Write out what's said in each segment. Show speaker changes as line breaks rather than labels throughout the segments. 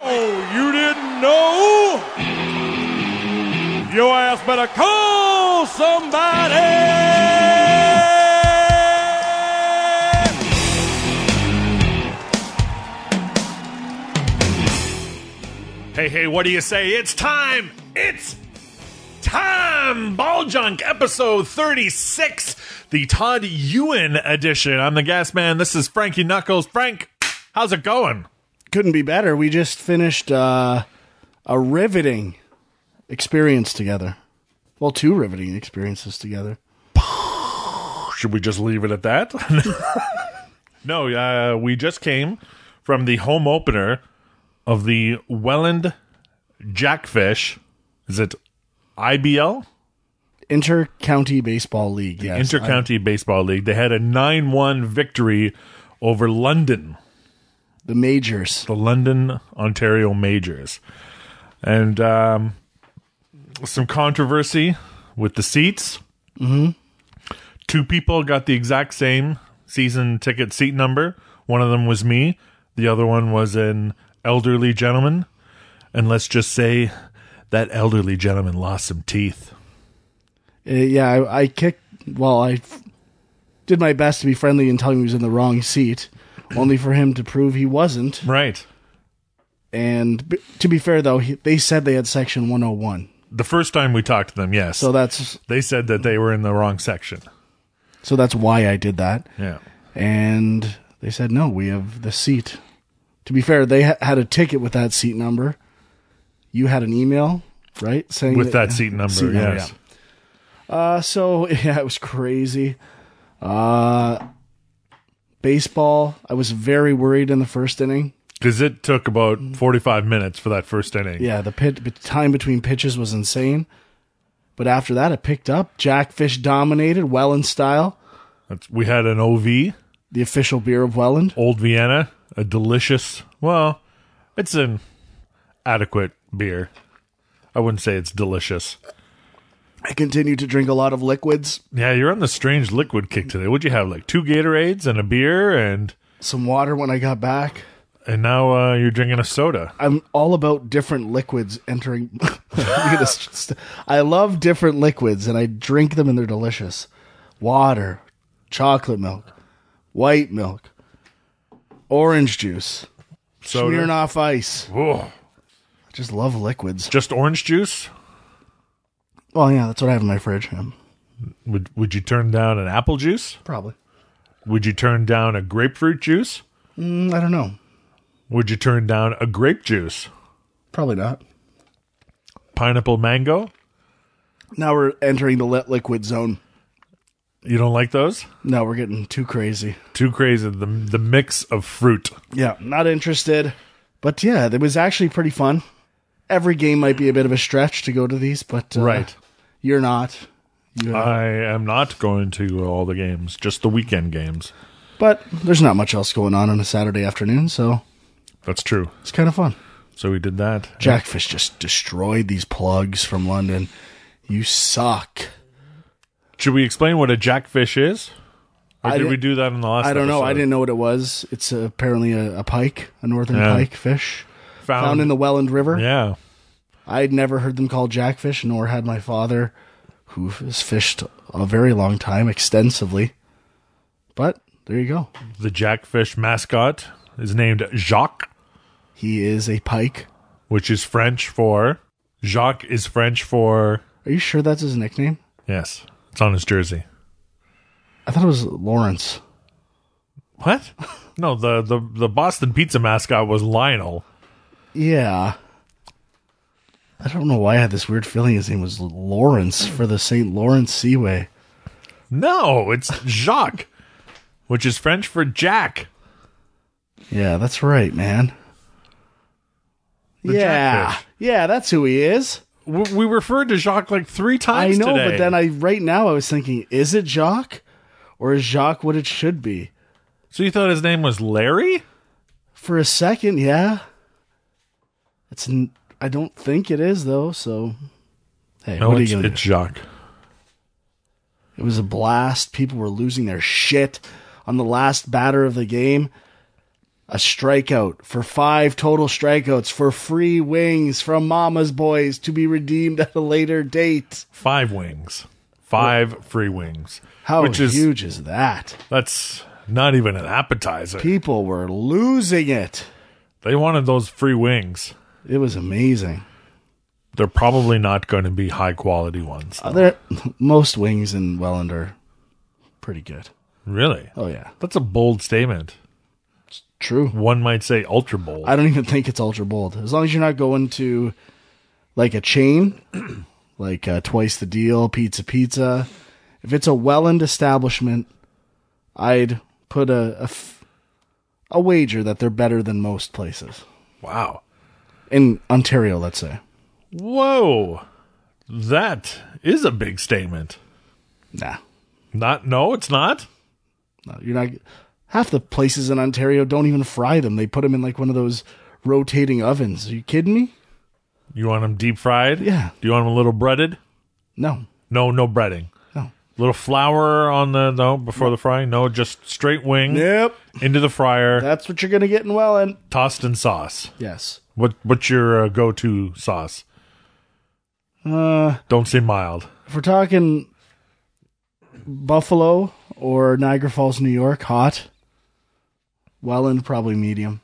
Oh, no, your ass better call somebody. Hey, hey, what do you say? It's time! It's time! Ball Junk, episode 36, the Todd Ewan edition. I'm the gas man. This is Frankie Knuckles. Frank, how's it going?
couldn't be better. We just finished uh, a riveting experience together. Well, two riveting experiences together.
Should we just leave it at that? no, uh, we just came from the home opener of the Welland Jackfish. Is it IBL?
Inter County Baseball League. Yes.
Intercounty Baseball League. They had a 9 1 victory over London.
the majors.
the London, Ontario majors. And um, some controversy with the seats. Mm-hmm. Two people got the exact same season ticket seat number. One of them was me, the other one was an elderly gentleman. And let's just say that elderly gentleman lost some teeth.
Uh, yeah, I, I kicked. Well, I f- did my best to be friendly and tell him he was in the wrong seat, only for him to prove he wasn't.
Right.
And b- to be fair, though, he, they said they had section 101.
The first time we talked to them, yes.
So that's
they said that they were in the wrong section.
so that's why I did that.
Yeah.
and they said no we have the seat to be fair they ha- had a ticket with that seat number you had an email right saying
With that seat number,
Seat number,
yes.
uh, so yeah it was crazy uh baseball i was very worried in the first inning
Because it took about 45 minutes for that first inning.
yeah the pit the time between pitches was insane but after that it picked up jackfish dominated welland style
That's, we had an OV,
the official beer of welland
Old Vienna, a delicious, well, it's an adequate beer. I wouldn't say it's delicious.
i continued to drink a lot of liquids
Yeah, you're on the strange liquid kick today. What'd you have? Like two Gatorades and a beer, and
some water when i got back
and now uh, you're drinking a soda.
I'm all about different liquids entering. Look at this. St- I love different liquids and I drink them and they're delicious. Water, chocolate milk, white milk, orange juice,
Soda.
Smirnoff ice.
Whoa.
I just love liquids.
Just orange juice?
Well, yeah, that's what I have in my fridge. Um,
Would, would you turn down an apple juice?
probably.
Would you turn down a grapefruit juice?
Mm, I don't know.
Would you turn down a grape juice?
Probably not.
Pineapple mango?
Now we're entering the let liquid zone.
You don't like those?
No, we're getting too crazy.
too crazy the the mix of fruit
Yeah, not interested. But yeah, it was actually pretty fun. Every game might be a bit of a stretch to go to these, but uh, you're not. You have-
i am not going to all the games just the weekend games
but there's not much else going on on a Saturday afternoon, so
that's true
it's kind of fun.
so we did that
Jackfish just destroyed these plugs from London. You suck.
should we explain what a jackfish is or
I
did
didn't-
we do that in the last
I don't know.
episode?
I didn't know what it was. It's uh, apparently a, a pike, a northern
Yeah. Um,
pike fish
found,
found in the Welland River.
yeah
I'd never heard them called jackfish, nor had my father, who has fished a very long time extensively. But there you go.
the jackfish mascot is named jacques
He is a pike.
which is french for jacques is french for
Are you sure that's his nickname?
yes it's on his jersey
I thought it was Lawrence.
what no the the, the boston pizza mascot was lionel
Yeah. I don't know why I had this weird feeling his name was Lawrence for the St. Lawrence Seaway.
No, it's Jacques, which is French for Jack.
Yeah, that's right, man.
The
yeah.
jackfish.
Yeah, that's who he is.
W- We referred to Jacques like three
I
times
know,
today.
but then I right now I was thinking, is it Jacques? Or is Jacques what it should be?
so you thought his name was Larry?
For a second, yeah. It's n- I don't think it is though, so hey,
No,
what are
it's,
you gonna
it's Jacques.
It was a blast. People were losing their shit on the last batter of the game. a strikeout for five total strikeouts for free wings from Mama's Boys to be redeemed at a later date.
Five wings, five free wings.
How
Which is-
huge is that?
That's not even an appetizer.
People were losing it.
They wanted those free wings.
It was amazing.
They're probably not going to be high quality ones.
Other, most wings in Welland are pretty good.
Really?
Oh yeah,
That's a bold statement.
true.
One might say ultra bold.
I don't even think it's ultra bold. As long as you're not going to like a chain, like uh, twice the deal, Pizza Pizza. If it's a Welland establishment, I'd put a a f- a wager that they're better than most places
wow.
in Ontario. Let's say.
Whoa. That is a big statement.
Nah,
Not no, it's not.
No, you're not. Half the places in Ontario don't even fry them. They put them in like one of those rotating ovens. Are you kidding me?
You want them deep fried?
Yeah.
Do you want them a little breaded?
No,
No, no breading.
no.
Little flour on the no before the frying. No, just straight wing
Yep.
into the fryer,
That's what you're gonna get in Welland.
tossed in sauce.
Yes.
What what's your uh, go-to sauce?
Uh,
Don't say mild.
if we're talking Buffalo or Niagara Falls, New York, hot. Welland probably medium.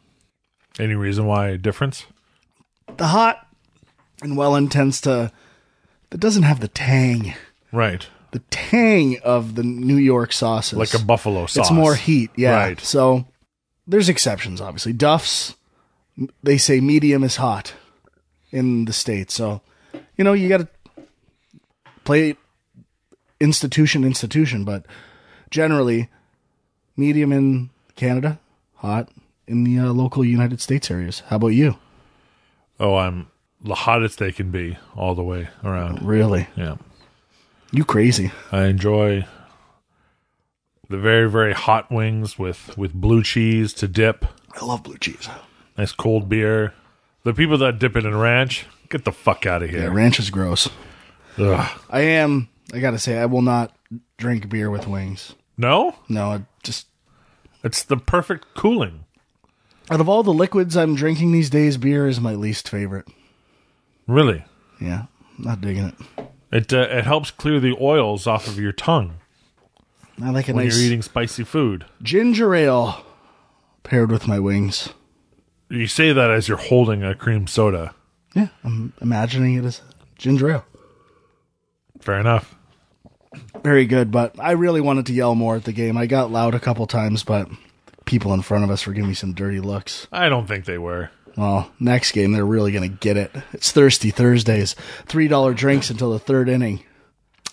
Any reason why difference?
The hot in Welland tends to. It doesn't have the tang,
Right.
the tang of the New York sauces.
Like a buffalo sauce.
It's more heat, yeah.
Right.
So there's exceptions, obviously. Duff's, m- they say medium is hot in the states. So, you know, you got to play institution, institution, but generally, medium in Canada, hot in the uh, local United States areas. How about you?
Oh, I'm the hottest they can be all the way around.
Really?
Yeah.
You crazy.
I enjoy the very very hot wings with with blue cheese to dip.
I love blue cheese.
Nice cold beer. The people that dip it in ranch, get the fuck out of
Yeah,
here.
ranch is gross.
Ugh.
I am, I got to say, I will not drink beer with wings.
No,
No, it just
it's the perfect cooling.
Out of all the liquids I'm drinking these days, beer is my least favorite.
Really,
Yeah, not digging it.
it uh, it helps clear the oils off of your tongue
I like a
when
nice
you're eating spicy food.
ginger ale paired with my wings.
You say that as you're holding a cream soda.
Yeah, I'm imagining it as ginger ale.
Fair enough.
Very good, but I really wanted to yell more at the game. I got loud a couple times, but people in front of us were giving me some dirty looks.
I don't think they were.
Well, next game they're really going to get it. It's Thirsty Thursdays. $3 drinks until the third inning.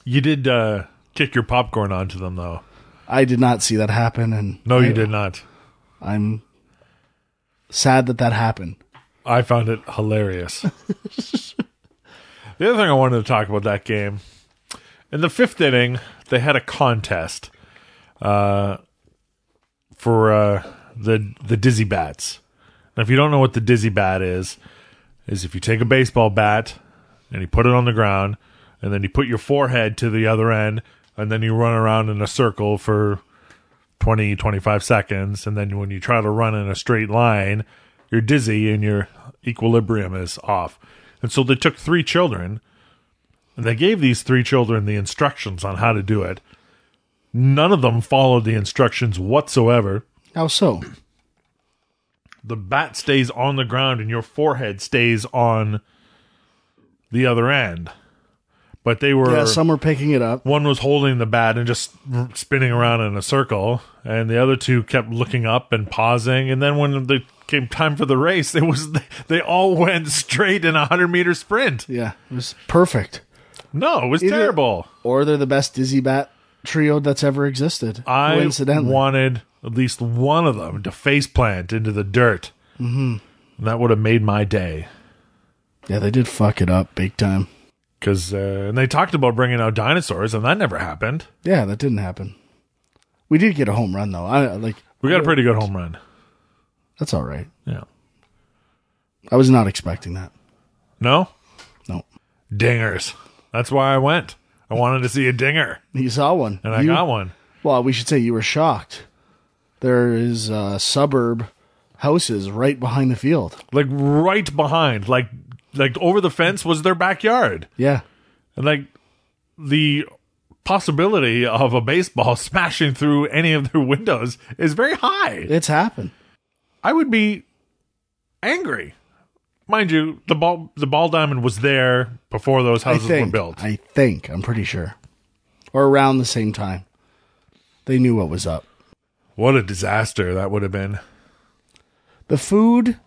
You did uh, kick your popcorn onto them, though.
I did not see that happen and
No, you did not.
I'm sad that that happened.
I found it hilarious. the other thing I wanted to talk about that game in the fifth inning, they had a contest uh, for uh, the the dizzy bats. Now, if you don't know what the dizzy bat is, is if you take a baseball bat and you put it on the ground, and then you put your forehead to the other end, and then you run around in a circle for 20, 25 seconds. And then when you try to run in a straight line, you're dizzy and your equilibrium is off. And so they took three children and they gave these three children the instructions on how to do it. None of them followed the instructions whatsoever.
How so?
The bat stays on the ground and your forehead stays on the other end. But they were
Yeah, some were picking it up.
one was holding the bat and just r- spinning around in a circle, and the other two kept looking up and pausing. And then when it came time for the race, it was they all went straight in a hundred meter sprint.
Yeah, it was perfect.
No, it was terrible.
Or they're the best Dizzy Bat trio that's ever existed.
I
Coincidentally.
wanted at least one of them to face plant into the dirt, mm-hmm. and that would have made my day.
yeah, they did fuck it up big time.
Because uh, and they talked about bringing out dinosaurs, and that never happened.
Yeah, that didn't happen. We did get a home run though. I like
We got a pretty good home run.
that's all right.
Yeah.
I was not expecting that.
No
No.
dingers. That's why I went. I wanted to see a dinger.
You saw one.
and I
You-
got one.
Well, we should say you were shocked. There is a uh, suburb houses right behind the field.
like right behind, like like over the fence was their backyard,
Yeah.
and like the possibility of a baseball smashing through any of their windows is very high.
It's happened.
I would be angry, mind you. The ball the ball diamond was there before those
I
houses were
think.
built.
I think. I'm pretty sure. Or around the same time. They knew what was up.
What a disaster that would have been.
The food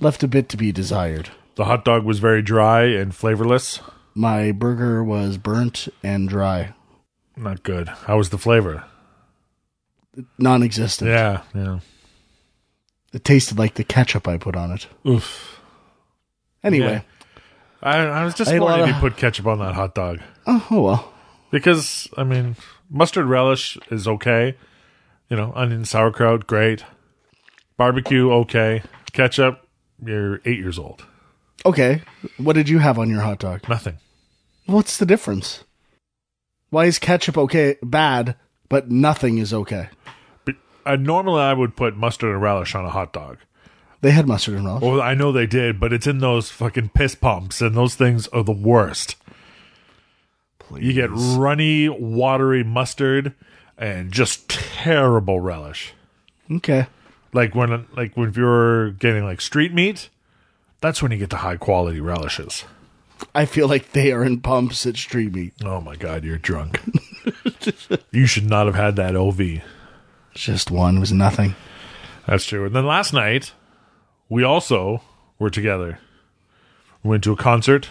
left a bit to be desired.
The hot dog was very dry and flavorless.
My burger was burnt and dry,
Not good. How was the flavor?
non existent.
Yeah, yeah.
It tasted like the ketchup I put on it.
Oof.
Anyway,
I, I was just
I ate a lot
disappointed you
of-
put ketchup on that hot dog.
oh, oh well.
Because I mean, mustard relish is okay. You know, onion sauerkraut, great. Barbecue, okay. Ketchup, you're eight years old.
Okay, what did you have on your hot dog?
Nothing.
What's the difference? Why is ketchup okay bad, but nothing is okay?
But uh, normally, I would put mustard and relish on a hot dog.
They had mustard and relish.
Well, I know they did, but it's in those fucking piss pumps, and those things are the worst. You get runny, watery mustard, and just terrible relish.
Okay.
like when like when you're getting like street meat that's when you get the high quality relishes
I feel like they are in pumps at street meat.
oh my god you're drunk you should not have had that ov
Just one was nothing.
that's true and then last night we also were together we went to a concert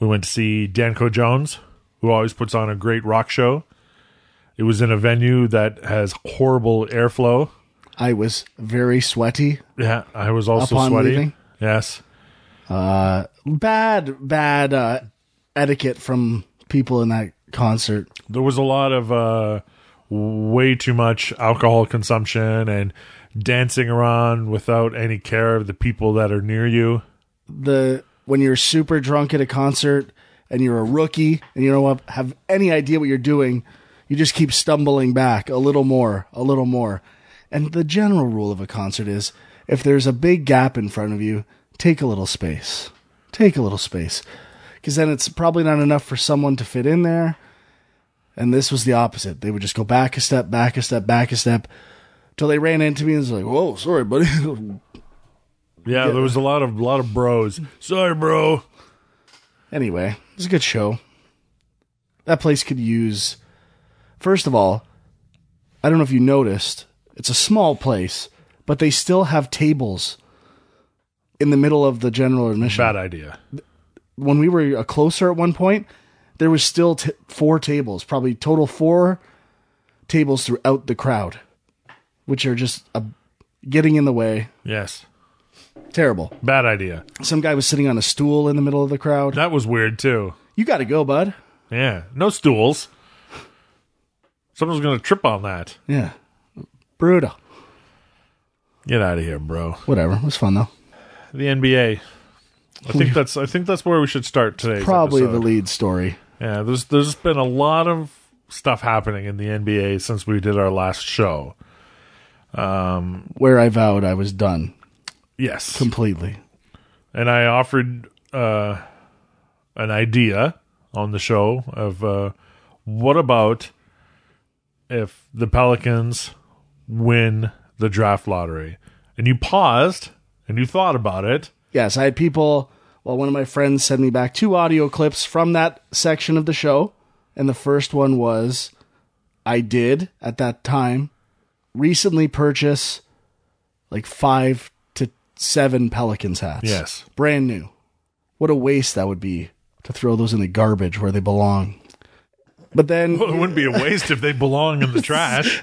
we went to see danco jones who always puts on a great rock show it was in a venue that has horrible airflow
I was very sweaty.
yeah i was also
Upon
sweaty
leaving?
yes
Bad, bad uh, etiquette from people in that concert.
there was a lot of uh, way too much alcohol consumption and dancing around without any care of the people that are near you.
The when you're super drunk at a concert and you're a rookie and you don't have any idea what you're doing, you just keep stumbling back a little more, a little more. And the general rule of a concert is if there's a big gap in front of you, take a little space. Take a little space. Cuz then it's probably not enough for someone to fit in there. And this was the opposite. They would just go back a step, back a step, back a step till they ran into me and was like, "Whoa, sorry, buddy."
Yeah, there was a lot of lot of bros. Sorry, bro.
Anyway, it was a good show. That place could use. First of all, I don't know if you noticed, it's a small place, but they still have tables in the middle of the general admission.
Bad idea.
When we were uh, closer at one point, there was still t- four tables, probably total four tables throughout the crowd, which are just uh, getting in the way.
Yes,
Terrible.
bad idea.
Some guy was sitting on a stool in the middle of the crowd.
That was weird too.
You got to go, bud.
Yeah, no stools. Someone's gonna trip on that.
Yeah. Brutal.
Get out of here, bro.
whatever. It was fun though.
The NBA. I think that's I think that's where we should start today.
Probably the lead story.
Yeah, there's there's been a lot of stuff happening in the NBA since we did our last show.
Where I vowed I was done
Yes,
completely.
and I offered uh, an idea on the show of uh, what about if the Pelicans win the draft lottery, and you paused and you thought about it.
Yes, I had people. Well, one of my friends sent me back two audio clips from that section of the show, and the first one was I did at that time recently purchase like five to seven Pelicans hats.
Yes.
brand new. What a waste that would be to throw those in the garbage where they belong. But then
Well, it wouldn't be a waste if they belong in the trash.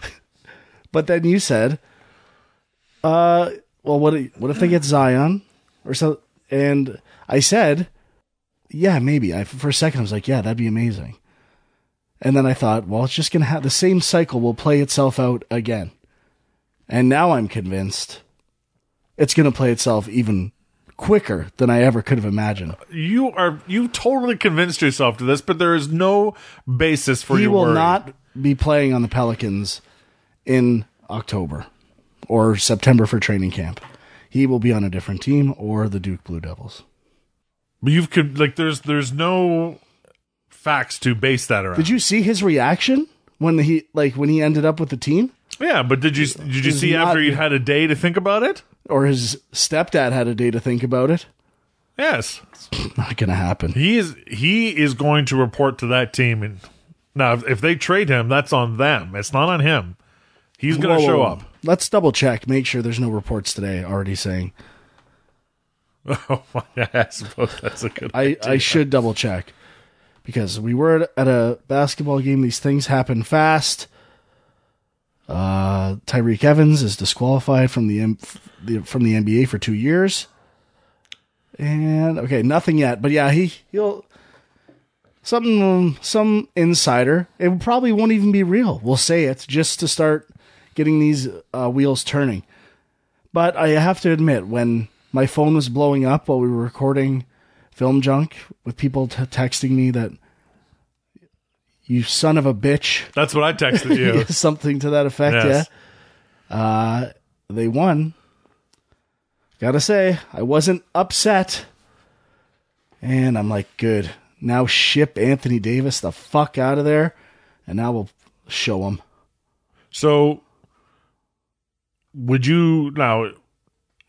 But then you said, uh, well, what if, what if they get Zion or so? And I said, yeah, maybe. I, for a second, I was like, yeah, that'd be amazing. And then I thought, well, it's just going to have the same cycle will play itself out again. And now I'm convinced it's going to play itself even quicker than I ever could have imagined.
You are you totally convinced yourself to this, but there is no basis for
he
your
will
worry.
not be playing on the Pelicans in October or September for training camp. He will be on a different team or the Duke Blue Devils.
But you've could like there's there's no facts to base that around.
Did you see his reaction when he like when he ended up with the team?
yeah, but did you did you
It's
see
not-
after you'd had a day to think about it?
Or his stepdad had a day to think about it.
Yes,
Not gonna happen.
he is he is going to report to that team. And now, if, if they trade him, that's on them. It's not on him. He's going to
Whoa,
show
whoa,
up.
whoa. Let's double check, make sure there's no reports today already saying.
Oh, I suppose that's a good.
I, I should double check because we were at- at a basketball game. These things happen fast. Uh, Tyreek Evans is disqualified from the, M- the from the NBA for two years. And okay, nothing yet, but yeah, he he'll something some insider. It probably won't even be real. We'll say it just to start getting these uh, wheels turning. But I have to admit, when my phone was blowing up while we were recording film junk, with people t- texting me that you son of a bitch,
that's what I texted you.
something to that effect,
Yes.
yeah, they won. Gotta say, I wasn't upset. And I'm like, good. Now ship Anthony Davis the fuck out of there, and now we'll show him.
So, would you now,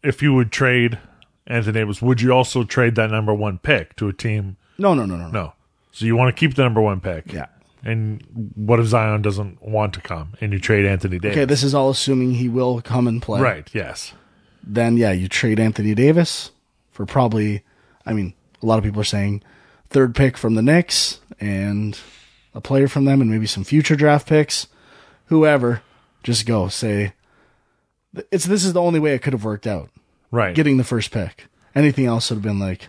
if you would trade Anthony Davis, would you also trade that number one pick to a team?
No, no, no, no, no.
No. So you want to keep the number one pick?
Yeah.
And what if Zion doesn't want to come and you trade Anthony Davis?
Okay, this is all assuming he will come and play.
right. Yes.
then yeah, you trade Anthony Davis for probably, I mean, a lot of people are saying third pick from the Knicks and a player from them and maybe some future draft picks, whoever. Just go say it's this is the only way it could have worked out.
Right.
Getting the first pick. Anything else would have been like,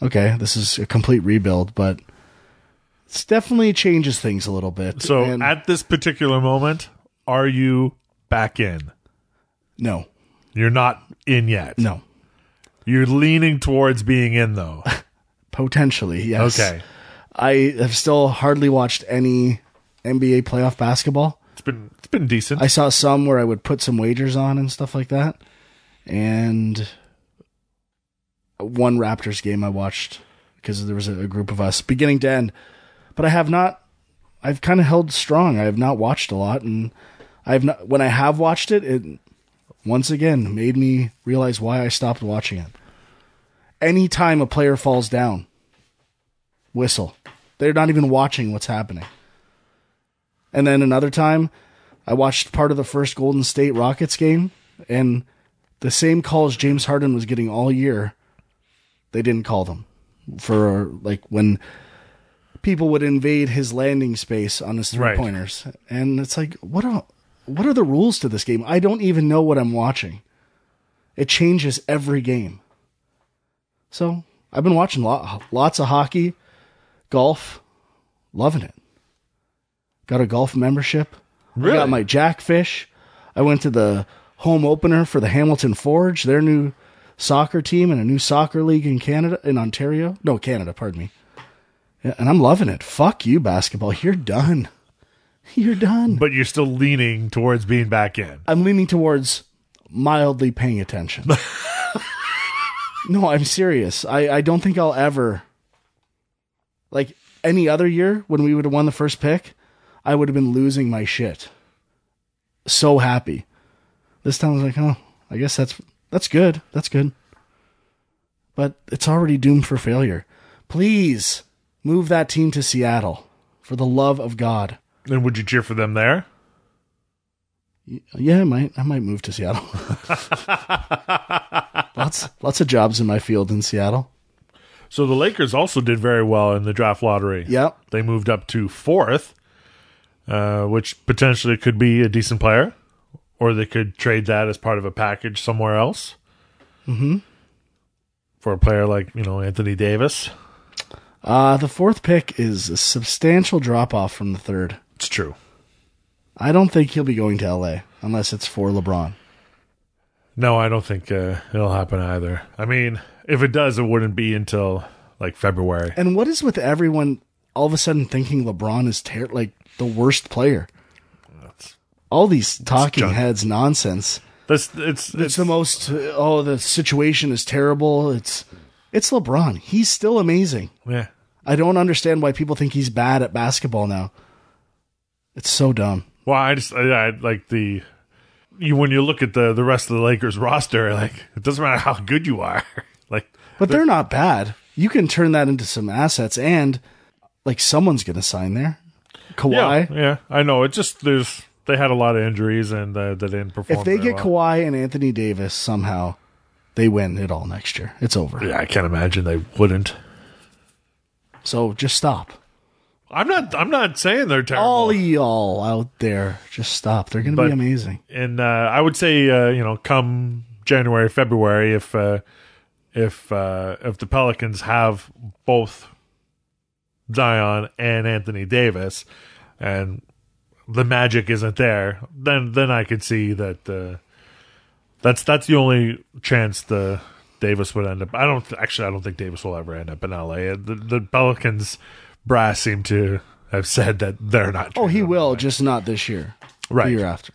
okay, this is a complete rebuild, but it's definitely changes things a little bit.
so
And
at this particular moment, are you back in?
no,
You're not in yet.
no,
You're leaning towards being in though.
potentially yes.
Okay.
I have still hardly watched any NBA playoff basketball.
It's been it's been decent.
I saw some where I would put some wagers on and stuff like that. And one Raptors game I watched because there was a, a group of us beginning to end. But I have not I've kind of held strong. I have not watched a lot and I've not when I have watched it it once again made me realize why I stopped watching it. Anytime a player falls down, whistle. They're not even watching what's happening. And then another time, I watched part of the first Golden State Rockets game, and the same calls James Harden was getting all year, they didn't call them for like when people would invade his landing space on his three
Right.
pointers. And it's like, what are what are the rules to this game? I don't even know what I'm watching. It changes every game. So I've been watching lo- lots of hockey, golf, loving it. Got a golf membership. I
Really?
got my jackfish. I went to the home opener for the Hamilton Forge, their new soccer team and a new soccer league in Canada, in Ontario. No, Canada, pardon me. Yeah, And I'm loving it. Fuck you, basketball. You're done. You're done.
but you're still leaning towards being back in.
I'm leaning towards mildly paying attention. no, I'm serious. I, I don't think I'll ever like any other year when we would have won the first pick, I would have been losing my shit. So happy. This time I was like, oh, I guess that's that's good. That's good. But it's already doomed for failure. Please move that team to Seattle for the love of God.
And would you cheer for them there?
Yeah, I might. I might move to Seattle. lots, lots of jobs in my field in Seattle.
So the Lakers also did very well in the draft lottery.
Yep.
They moved up to fourth, uh, which potentially could be a decent player, or they could trade that as part of a package somewhere else. Mm-hmm. For a player like you know Anthony Davis,
Uh, the fourth pick is a substantial drop off from the third.
it's true.
I don't think he'll be going to LA unless it's for LeBron.
No, I don't think uh, it'll happen either. I mean, if it does, it wouldn't be until like February.
And what is with everyone all of a sudden thinking LeBron is ter- like the worst player?
That's-
All these talking
junk.
heads nonsense.
That's it's
It's, the most. Oh, the situation is terrible. It's it's LeBron. He's still amazing.
yeah.
I don't understand why people think he's bad at basketball now. It's so dumb.
Well, I just I, I like the you when you look at the the rest of the Lakers roster, like it doesn't matter how good you are, like
But they're not bad. You can turn that into some assets, and like someone's going to sign there.
yeah,
Kawhi.
yeah. I know it just there's they had a lot of injuries and uh, they didn't perform.
if they
very
get
well.
Kawhi and Anthony Davis somehow, they win it all next year. It's over.
yeah, I can't imagine they wouldn't.
So just stop.
I'm not I'm not saying they're terrible.
All y'all out there, just stop. They're going to
But-
be amazing.
and uh, I would say uh, you know come January February if uh, if uh, if the Pelicans have both Zion and Anthony Davis and the magic isn't there then then I could see that uh, that's that's the only chance the Davis would end up I don't actually I don't think Davis will ever end up in LA the, the Pelicans brass seem to have said that they're not
Oh, he
trading him.
will, just not this year.
Right.
The year after.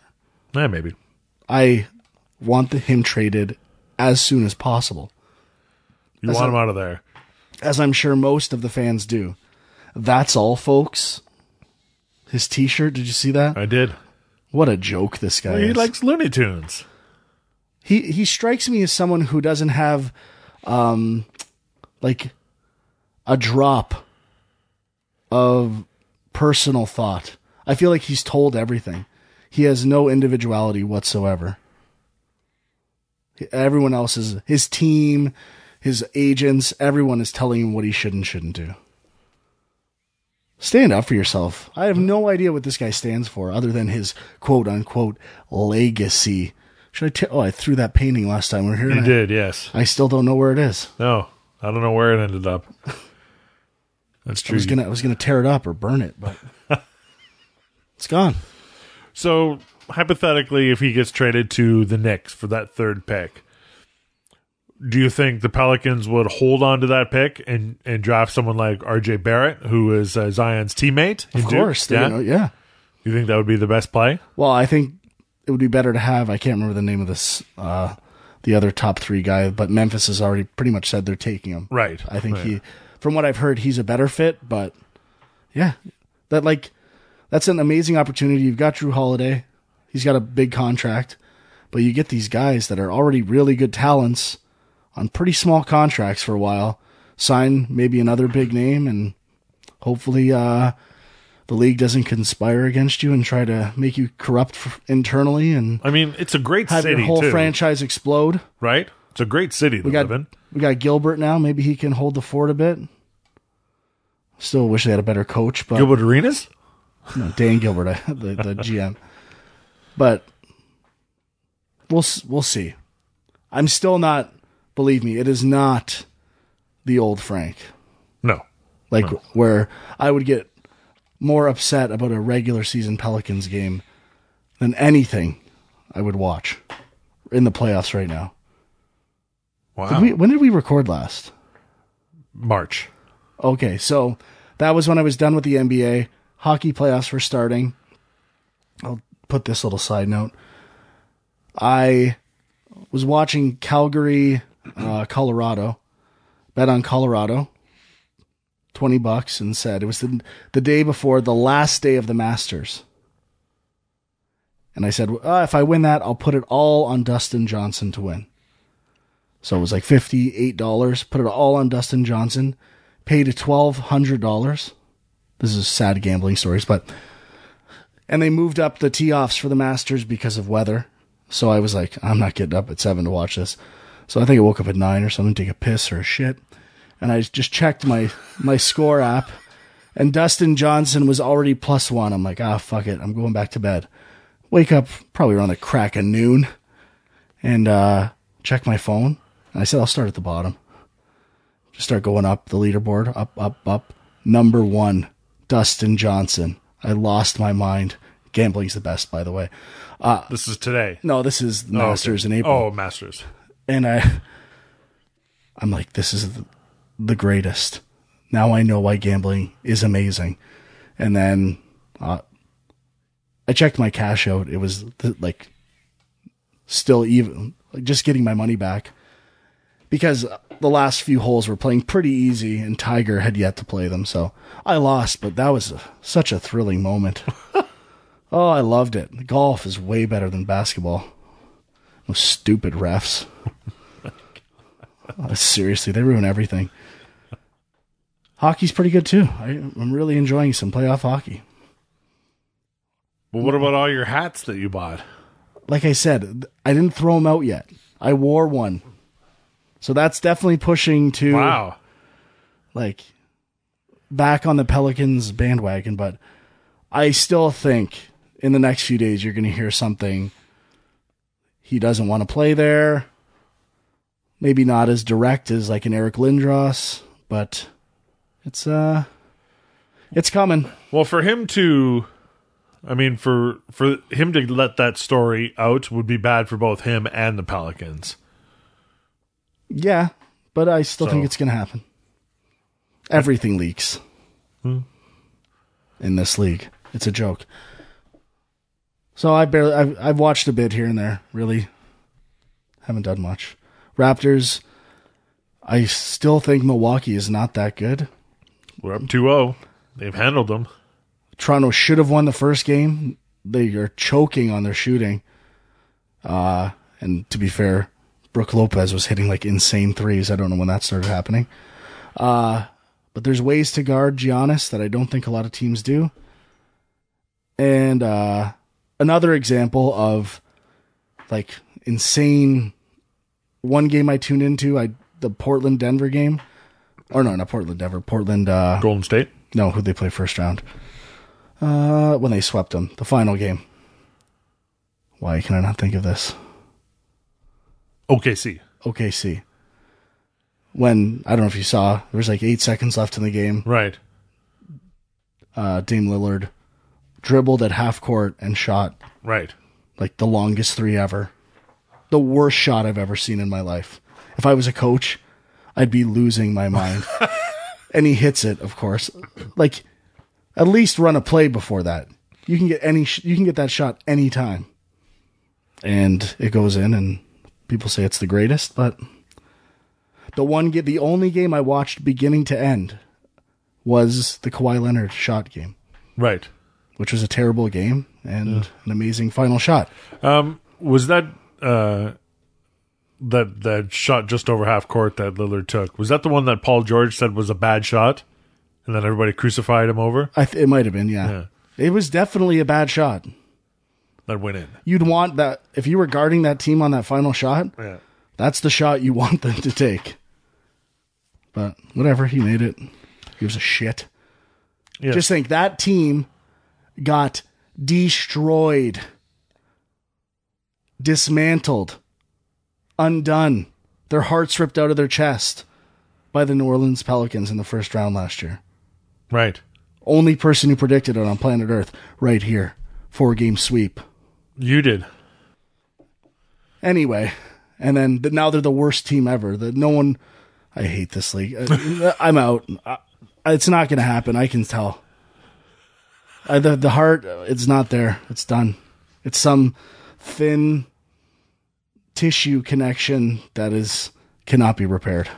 yeah maybe
I want the, him traded as soon as possible,
you want him out of there
as I'm sure most of the fans do. That's all, folks. His t shirt, did you see that?
I did.
What a joke this guy
He
is.
likes Looney Tunes.
he he strikes me as someone who doesn't have um like a drop of personal thought. I feel like he's told everything. He has no individuality whatsoever. Everyone else is his team, his agents, everyone is telling him what he should and shouldn't do. Stand up for yourself. I have no idea what this guy stands for other than his quote unquote legacy. Should I tell? Oh, I threw that painting last time we were here.
He
and I-
did, yes.
I still don't know where it is.
No, I don't know where it ended up. That's
I
true.
was gonna I was gonna tear it up or burn it, but it's gone.
so hypothetically, if he gets traded to the Knicks for that third pick, do you think the Pelicans would hold on to that pick and and draft someone like R.J. Barrett, who is uh, Zion's teammate? You
Of
do?
course, they're
yeah.
gonna- yeah.
You think that would be the best play?
Well, I think it would be better to have. I can't remember the name of this, uh, the other top three guy, but Memphis has already pretty much said they're taking him.
Right.
I think
Right.
he, from what I've heard, he's a better fit. But yeah, that like that's an amazing opportunity. You've got Drew Holiday, he's got a big contract, but you get these guys that are already really good talents on pretty small contracts for a while. Sign maybe another big name, and hopefully uh, the league doesn't conspire against you and try to make you corrupt f- internally and
I mean, it's a great
have
city
your whole
too,
franchise explode.
right? It's a great city to
We got
live in.
we got Gilbert now. Maybe he can hold the fort a bit. Still wish they had a better coach, but
Gilbert Arenas.
no, Dan Gilbert, I- the, the GM. But we'll s- we'll see. I'm still not. Believe me, it is not the old Frank.
No,
Like where I would get more upset about a regular season Pelicans game than anything I would watch in the playoffs right now. Did
wow.
we, when did we record last?
March.
Okay, so that was when I was done with the NBA. Hockey playoffs were starting. I'll put this little side note. I was watching Calgary, uh, Colorado. Bet on Colorado, twenty bucks, and said it was the the day before the last day of the Masters. And I said, uh, if I win that, I'll put it all on Dustin Johnson to win. So it was like fifty eight dollars. Put it all on Dustin Johnson. Paid twelve hundred dollars. This is sad gambling stories, but and they moved up the tee offs for the Masters because of weather. So I was like, I'm not getting up at seven to watch this. So I think I woke up at nine or something, take a piss or a shit, and I just checked my my score app, and Dustin Johnson was already plus one. I'm like, ah, fuck it, I'm going back to bed. Wake up probably around the crack of noon and uh, check my phone. And I said, I'll start at the bottom. Just start going up the leaderboard, up, up, up. Number one, Dustin Johnson. I lost my mind. Gambling's the best, by the way.
This is today.
No, this is the Masters in April
Oh, Masters.
and I, I'm like, this is the- the greatest. Now I know why gambling is amazing. And then uh, I checked my cash out. It was th- like still even, like just getting my money back. Because the last few holes were playing pretty easy and Tiger had yet to play them. So I lost, but that was a, such a thrilling moment. oh, I loved it. Golf is way better than basketball. Those stupid refs. Uh, seriously, they ruin everything. Hockey's pretty good too. I, I'm really enjoying some playoff hockey.
But what about all your hats that you bought?
Like I said, th- I didn't throw them out yet. I wore one, so that's definitely pushing to
Wow.
like back on the Pelicans bandwagon. But I still think in the next few days you're going to hear something. He doesn't want to play there. Maybe not as direct as like an Eric Lindros, but it's uh, it's coming.
Well, for him to, I mean, for for him to let that story out would be bad for both him and the Pelicans.
Yeah, but I still think
So-
it's going to happen. Everything leaks in this league. It's a joke. So I barely I've, I've watched a bit here and there. Really, haven't done much. Raptors. I still think Milwaukee is not that good.
We're up 2-0. They've handled them.
Toronto should have won the first game. They are choking on their shooting. Uh, and to be fair, Brooke Lopez was hitting like insane threes. I don't know when that started happening. Uh, but there's ways to guard Giannis that I don't think a lot of teams do. And uh, another example of like insane one game I tuned into, I the Portland Denver game. Or no, not Portland Denver, Portland uh,
Golden State.
no, who they play first round? Uh, when they swept them, the final game. Why can I not think of this?
OKC.
OKC. When I don't know if you saw, there was like eight seconds left in the game.
Right.
Uh, Dame Lillard dribbled at half court and shot
Right.
like the longest three ever, the worst shot I've ever seen in my life. If I was a coach, I'd be losing my mind. and he hits it, of course. Like, at least run a play before that. You can get any, sh- you can get that shot anytime. And it goes in, and people say it's the greatest, but the one get the only game I watched beginning to end was the Kawhi Leonard shot game,
Right.
which was a terrible game and an amazing final shot.
Um, was that uh, that that shot just over half court that Lillard took? Was that the one that Paul George said was a bad shot, and then everybody crucified him over?
I th- it might have been, yeah. It was definitely a bad shot.
That went in.
You'd want that if you were guarding that team on that final shot.
Yeah.
That's the shot you want them to take. But whatever, he made it. Gives a shit.
Yeah.
Just think that team got destroyed, dismantled, undone, their hearts ripped out of their chest by the New Orleans Pelicans in the first round last year.
Right.
Only person who predicted it on planet Earth, right here. Four game sweep.
You did.
Anyway, and then th- now they're the worst team ever. That no one. I hate this league. Uh, I'm out. I, it's not going to happen. I can tell. I, the the heart, uh, it's not there. It's done. It's some thin tissue connection that is cannot be repaired.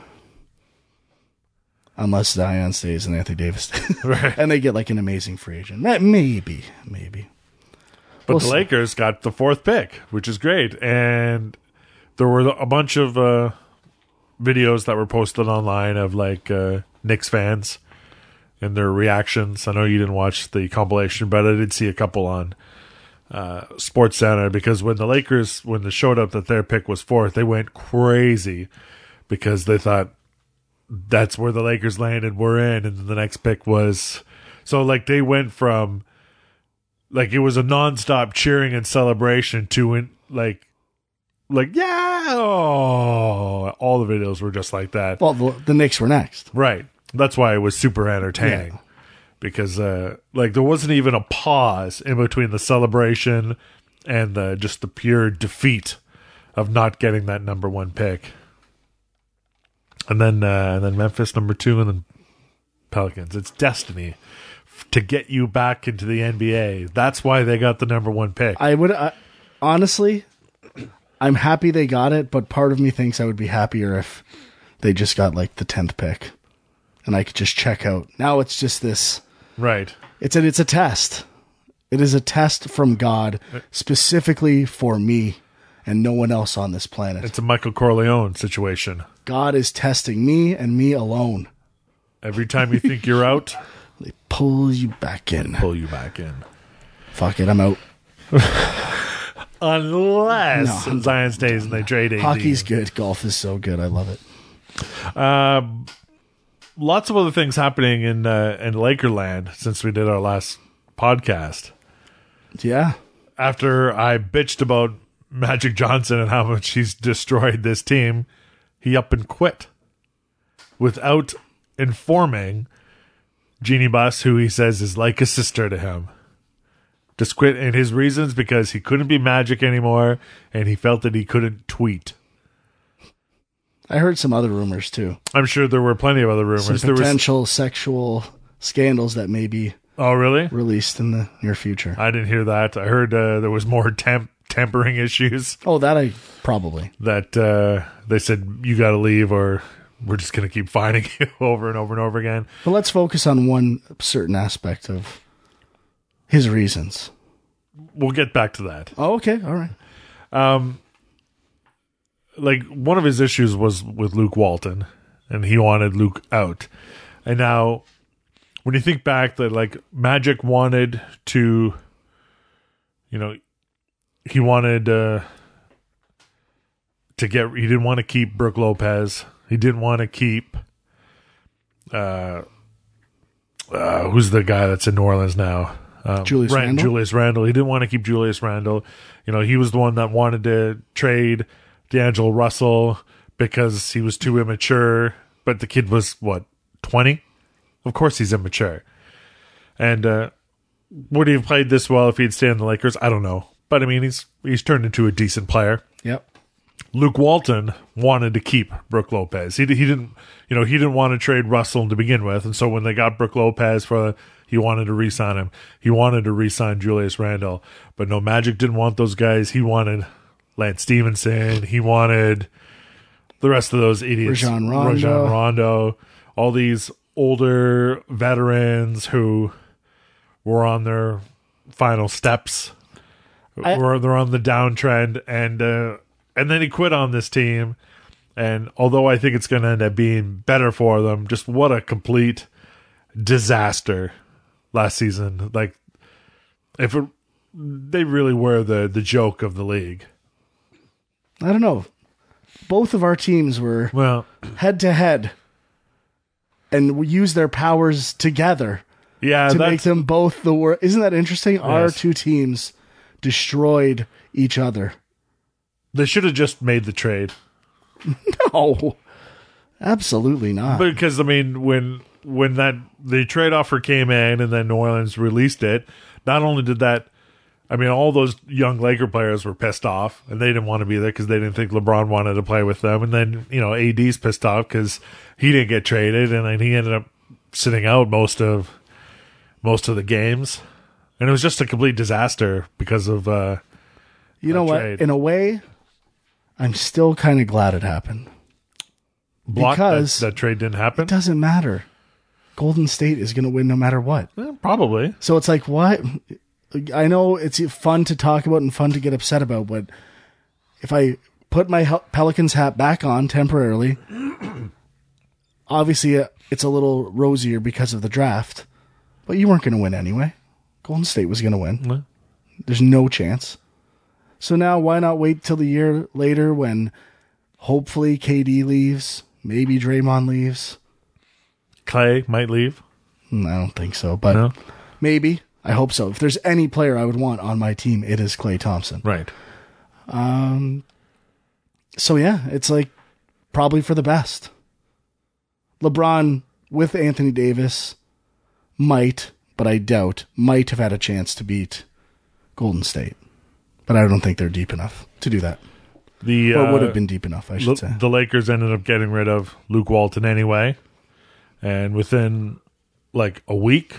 Unless Zion stays and Anthony Davis,
Right.
and they get like an amazing free agent. Ma- Maybe, maybe.
But
We'll
the
see.
Lakers got the fourth pick, which is great. And there were a bunch of uh, videos that were posted online of like uh, Knicks fans and their reactions. I know you didn't watch the compilation, but I did see a couple on uh, Sports Center because when the Lakers when they showed up that their pick was fourth, they went crazy because they thought that's where the Lakers landed. We're in, and then the next pick was so like they went from like it was a nonstop cheering and celebration to in, like like yeah oh. all the videos were just like that
Well, the, the Knicks were next.
right that's why it was super entertaining
Yeah.
because uh like there wasn't even a pause in between the celebration and the just the pure defeat of not getting that number one pick and then uh and then memphis number two and then pelicans it's destiny f- to get you back into the nba that's why they got the number one pick
I would I, uh, honestly, I'm happy they got it, but part of me thinks I would be happier if they just got like the 10th pick and I could just check out. Now it's just this
Right.
it's a, it's a test. It is a test from God specifically for me and no one else on this planet.
It's a Michael Corleone situation.
God is testing me and me alone.
Every time you think you're out,
They pull you back in.
pull you back in.
Fuck it, I'm out.
Unless
No.
Zion stays and they trade AD.
Hockey's good. Golf is so good. I love it.
Lots of other things happening in uh, in Lakerland since we did our last podcast.
Yeah.
After I bitched about Magic Johnson and how much he's destroyed this team, he up and quit without informing Jeannie Buss, who he says is like a sister to him. Just quit, and his reasons because he couldn't be Magic anymore, and he felt that he couldn't tweet.
I heard some other rumors too.
I'm sure there were plenty of other rumors.
Some
there was
potential sexual scandals that may be
oh really?
released in the near future.
I didn't hear that. I heard uh, there was more temp tampering issues
Oh, that I probably.
that uh, they said you got to leave or we're just going to keep fining you over and over and over again.
But let's focus on one certain aspect of his reasons.
We'll get back to that.
Oh, okay. All right.
Like one of his issues was with Luke Walton and he wanted Luke out. And now when you think back that like Magic wanted to you know he wanted uh to get he didn't want to keep Brooke Lopez. He didn't want to keep uh uh who's the guy that's in New Orleans now? Um,
Julius
Ran-
Randle?
Julius Randle. He didn't want to keep Julius Randle. You know, he was the one that wanted to trade D'Angelo Russell because he was too immature. But the kid was what twenty? Of course, he's immature. And uh, would he have played this well if he'd stayed in the Lakers? I don't know, but I mean, he's he's turned into a decent player.
Yep.
Luke Walton wanted to keep Brooke Lopez. He, he didn't, you know, he didn't want to trade Russell to begin with, and so when they got Brooke Lopez for, he wanted to re-sign him. He wanted to re-sign Julius Randle, but no, Magic didn't want those guys. He wanted Lance Stevenson. He wanted the rest of those idiots,
Rajon Rondo.
Rajon Rondo, all these older veterans who were on their final steps
I-
were they're on the downtrend and uh, and then he quit on this team and although I think it's going to end up being better for them just what a complete disaster last season like if it, they really were the the joke of the league
I don't know. Both of our teams were
well
head to head and we used their powers together
yeah
to
that's
make them both the worst. Isn't that interesting? Our
Yes.
two teams destroyed each other.
they should have just made the trade
No, absolutely not.
because I mean, when when that the trade offer came in and then New Orleans released it, not only did that, I mean, all those young Laker players were pissed off and they didn't want to be there because they didn't think LeBron wanted to play with them, and then you know AD's pissed off because he didn't get traded, and then he ended up sitting out most of most of the games, and it was just a complete disaster because of uh,
you know what?
trade.
In a way, I'm still kind of glad it happened.
block that-
Because-
that, trade didn't happen.
Doesn't matter. Golden State is going to win no matter what.
Eh, probably,
So it's like, what? I know it's fun to talk about and fun to get upset about, but if I put my Hel- Pelicans hat back on temporarily, obviously uh, it's a little rosier because of the draft, but you weren't going to win anyway. Golden State was going to win.
No.
There's no chance. So now why not wait till the year later when hopefully KD leaves, maybe Draymond leaves?
Clay might leave.
Mm, I don't think so, but
No?
maybe. I hope so. If there's any player I would want on my team, it is Clay Thompson.
Right.
So yeah, it's like probably for the best. LeBron with Anthony Davis might, but I doubt, might have had a chance to beat Golden State. But I don't think they're deep enough to do that.
The
Or would
uh,
have been deep enough, I should
Lu-
say.
the Lakers ended up getting rid of Luke Walton anyway, and within like a week,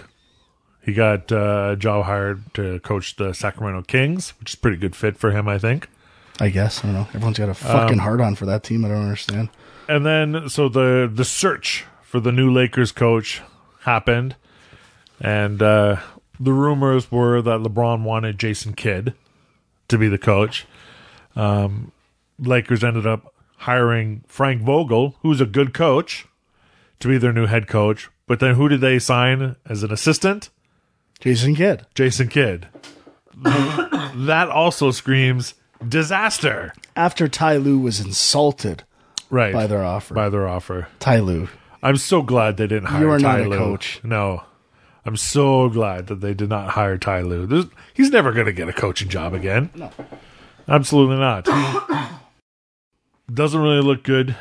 he got uh, a job hired to coach the Sacramento Kings, which is a pretty good fit for him, I think.
I guess. I don't know. Everyone's got a
Um,
fucking hard on for that team. I don't understand.
And then so the the search for the new Lakers coach happened, and uh, the rumors were that LeBron wanted Jason Kidd to be the coach. Um, Lakers ended up hiring Frank Vogel, who's a good coach, to be their new head coach. But then who did they sign as an assistant?
Jason Kidd.
Jason Kidd. that also screams disaster.
After Ty Lue was insulted
Right.
by their offer.
by their offer.
Ty Lue.
I'm so glad they didn't hire
are not
Ty
a
Lue.
coach.
No, I'm so glad that they did not hire Ty Lue. There's, he's never going to get a coaching job again. No, absolutely not. Doesn't really look good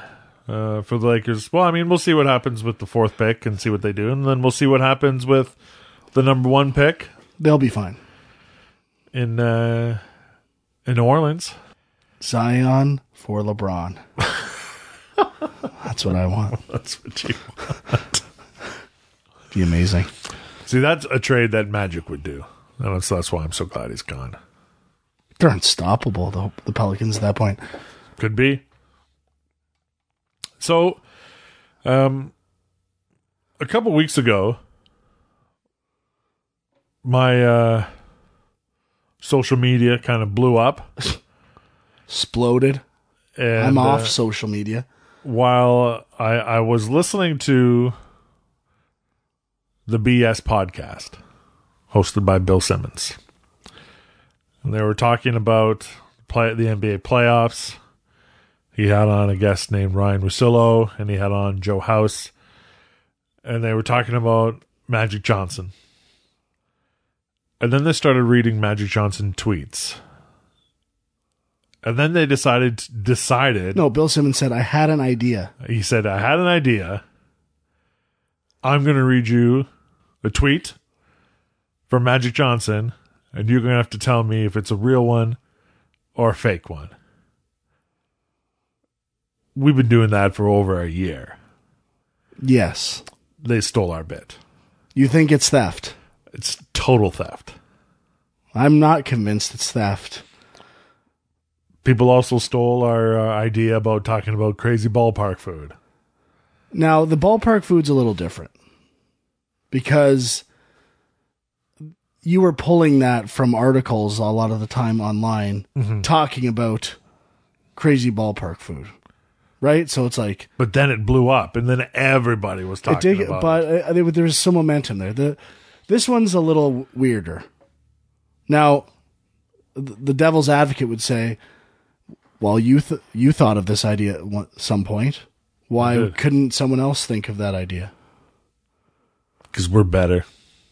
uh, for the Lakers. Well, I mean, we'll see what happens with the fourth pick and see what they do, and then we'll see what happens with the number one pick
They'll be fine.
in uh, in New Orleans.
Zion for LeBron. That's what I want.
That's what you
Be amazing.
see. That's a trade that Magic would do, and that's, that's why I'm so glad he's gone.
They're unstoppable, though, the Pelicans at that point.
Could be. So, um, a couple weeks ago, my uh, social media kind of blew up.
Exploded.
And,
I'm off
uh,
social media.
while I, I was listening to the BS podcast hosted by Bill Simmons. And they were talking about play the NBA playoffs. He had on a guest named Ryan Russillo and he had on Joe House. And they were talking about Magic Johnson. And then they started reading Magic Johnson tweets. And then they decided decided
No, Bill Simmons said, I had an idea.
he said, I had an idea. I'm going to read you a tweet from Magic Johnson, and you're going to have to tell me if it's a real one or a fake one. We've been doing that for over a year.
Yes.
They stole our bit.
You think it's theft?
It's total theft.
I'm not convinced it's theft.
People also stole our uh, idea about talking about crazy ballpark food.
Now, the ballpark food's a little different because you were pulling that from articles a lot of the time online
Mm-hmm.
talking about crazy ballpark food, right? So it's like,
But then it blew up, and then everybody was talking
I dig it,
about
but I, I, there was- there was some momentum there. The this one's a little weirder. Now, th- the devil's advocate would say, "Well, you th- you thought of this idea at one- some point.
I
Why
did.
couldn't someone else think of that idea?"
because we're better.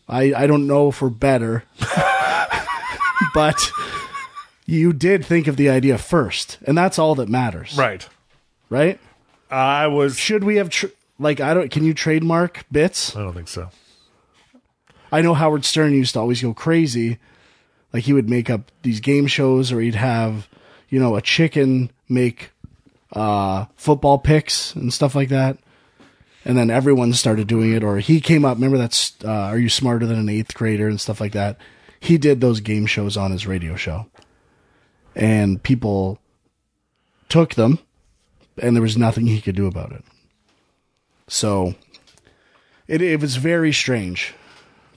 I I don't know if we're better, but you did think of the idea first, and that's all that matters,
Right.
right?
I was.
Should we have tr- like I don't? Can you trademark bits?
I don't think so.
I know Howard Stern used to always go crazy. Like he would make up these game shows or he'd have, you know, a chicken make uh football picks and stuff like that. And then everyone started doing it or he came up, remember that's uh, are you smarter than an 8th grader and stuff like that. He did those game shows on his radio show. And people took them and there was nothing he could do about it. So it it was very strange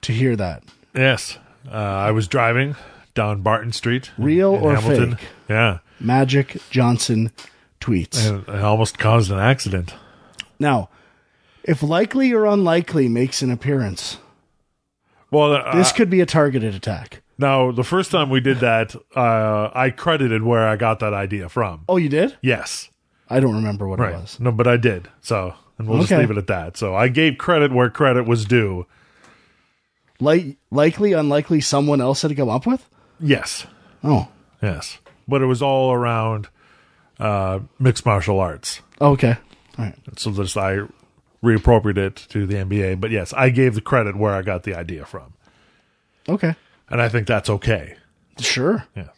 to hear that.
Yes, uh, I was driving down Barton Street, in-
Real
in
or
Hamilton.
fake?
Yeah,
Magic Johnson tweets.
and it almost caused an accident.
Now, if likely or unlikely makes an appearance,
Well, uh,
this could be a targeted attack.
now the first time we did that, uh, I credited where I got that idea from.
Oh, you did?
Yes,
I don't remember what
right.
it was.
No, but I did. So, and we'll just
Okay.
leave it at that. So, I gave credit where credit was due.
Like likely, unlikely, someone else had come up with.
Yes,
Oh,
yes, but it was all around uh, mixed martial arts.
Oh, okay, all right.
So this I reappropriated it to the NBA. But yes, I gave the credit where I got the idea from,
Okay,
and I think that's okay.
sure.
Yes.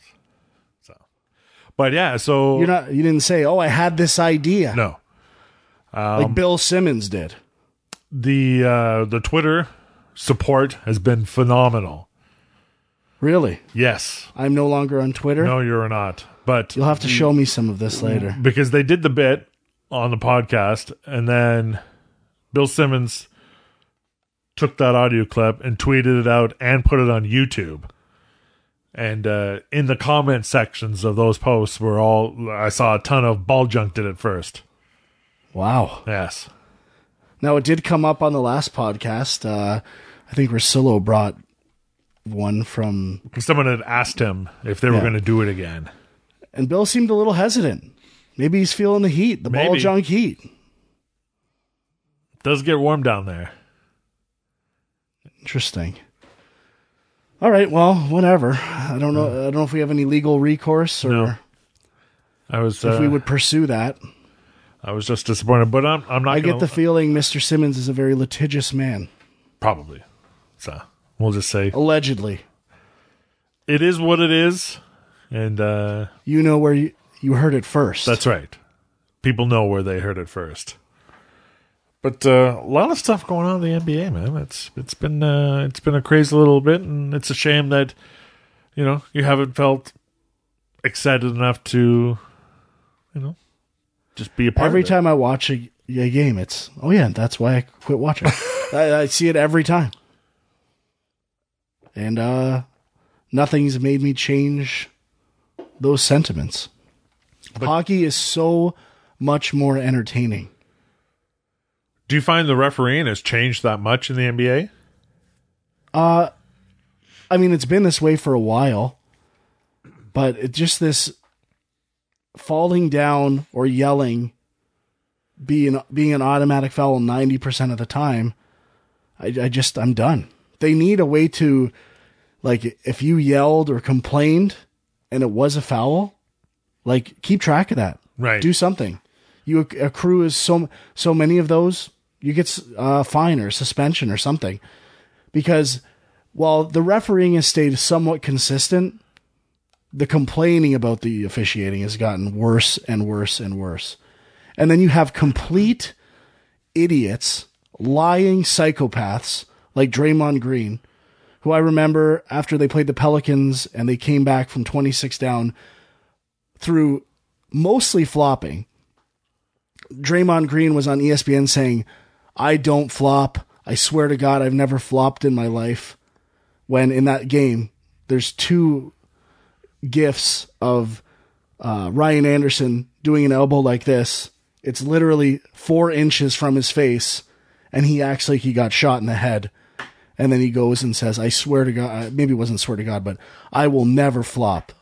So, but yeah, so
You're not. You didn't say. Oh, I had this idea,
no
like Bill Simmons did.
the uh, the Twitter support has been phenomenal.
Really?
Yes.
I'm no Mm. longer on Twitter.
No, you're not. But
You'll have to show me some of this later.
because they did the bit on the podcast and then Bill Simmons took that audio clip and tweeted it out and put it on YouTube. And uh, in the comment sections of those posts were all I saw a ton of ball junked it at first.
Wow.
Yes.
Now it did come up on the last podcast. Uh, I think Rosillo brought one from,
Someone had asked him if they were
Yeah.
going to do it again.
and Bill seemed a little hesitant. Maybe he's feeling the heat, the ball
Maybe.
junk heat.
Does get warm down there.
Interesting. All right. Well, whatever. I don't know. I don't know if we have any legal recourse or
No. I was uh,
if we would pursue that.
I was just disappointed, but I'm I'm not
I
going
get the feeling Mr. Simmons is a very litigious man.
probably. So we'll just say
Oh. Allegedly,
it is what it is, and uh,
you know where you, you heard it first.
That's right. People know where they heard it first. But uh, a lot of stuff going on in the NBA, man. It's it's been uh, it's been a crazy little bit, and it's a shame that you know you haven't felt excited enough to you know just be a part.
every
of it.
time I watch a, a game, it's oh yeah, that's why I quit watching. I, I see it every time, and uh, nothing's made me change those sentiments. Hockey is so much more entertaining.
Do you find the refereeing has changed that much in the NBA?
Uh, I mean, it's been this way for a while, but it just this falling down or yelling being being an automatic foul 90% of the time. I, I just I'm done. They need a way to like if you yelled or complained and it was a foul, like keep track of that.
Right.
Do something. You acc- accrue as so so many of those, you get s- a fine or suspension or something. Because while the refereeing has stayed somewhat consistent, the complaining about the officiating has gotten worse and worse and worse. And then you have complete idiots, lying psychopaths like Draymond Green, who I remember after they played the Pelicans and they came back from 26 down through mostly flopping. Draymond Green was on E ESPN saying, I don't flop. I swear to God, I've never flopped in my life. When in that game, there's two gifs of uh, Ryan Anderson doing an elbow like this. It's literally four inches from his face, and he acts like he got shot in the head. And then he goes and says, I swear to God, uh, maybe it wasn't swear to God, but I will never flop.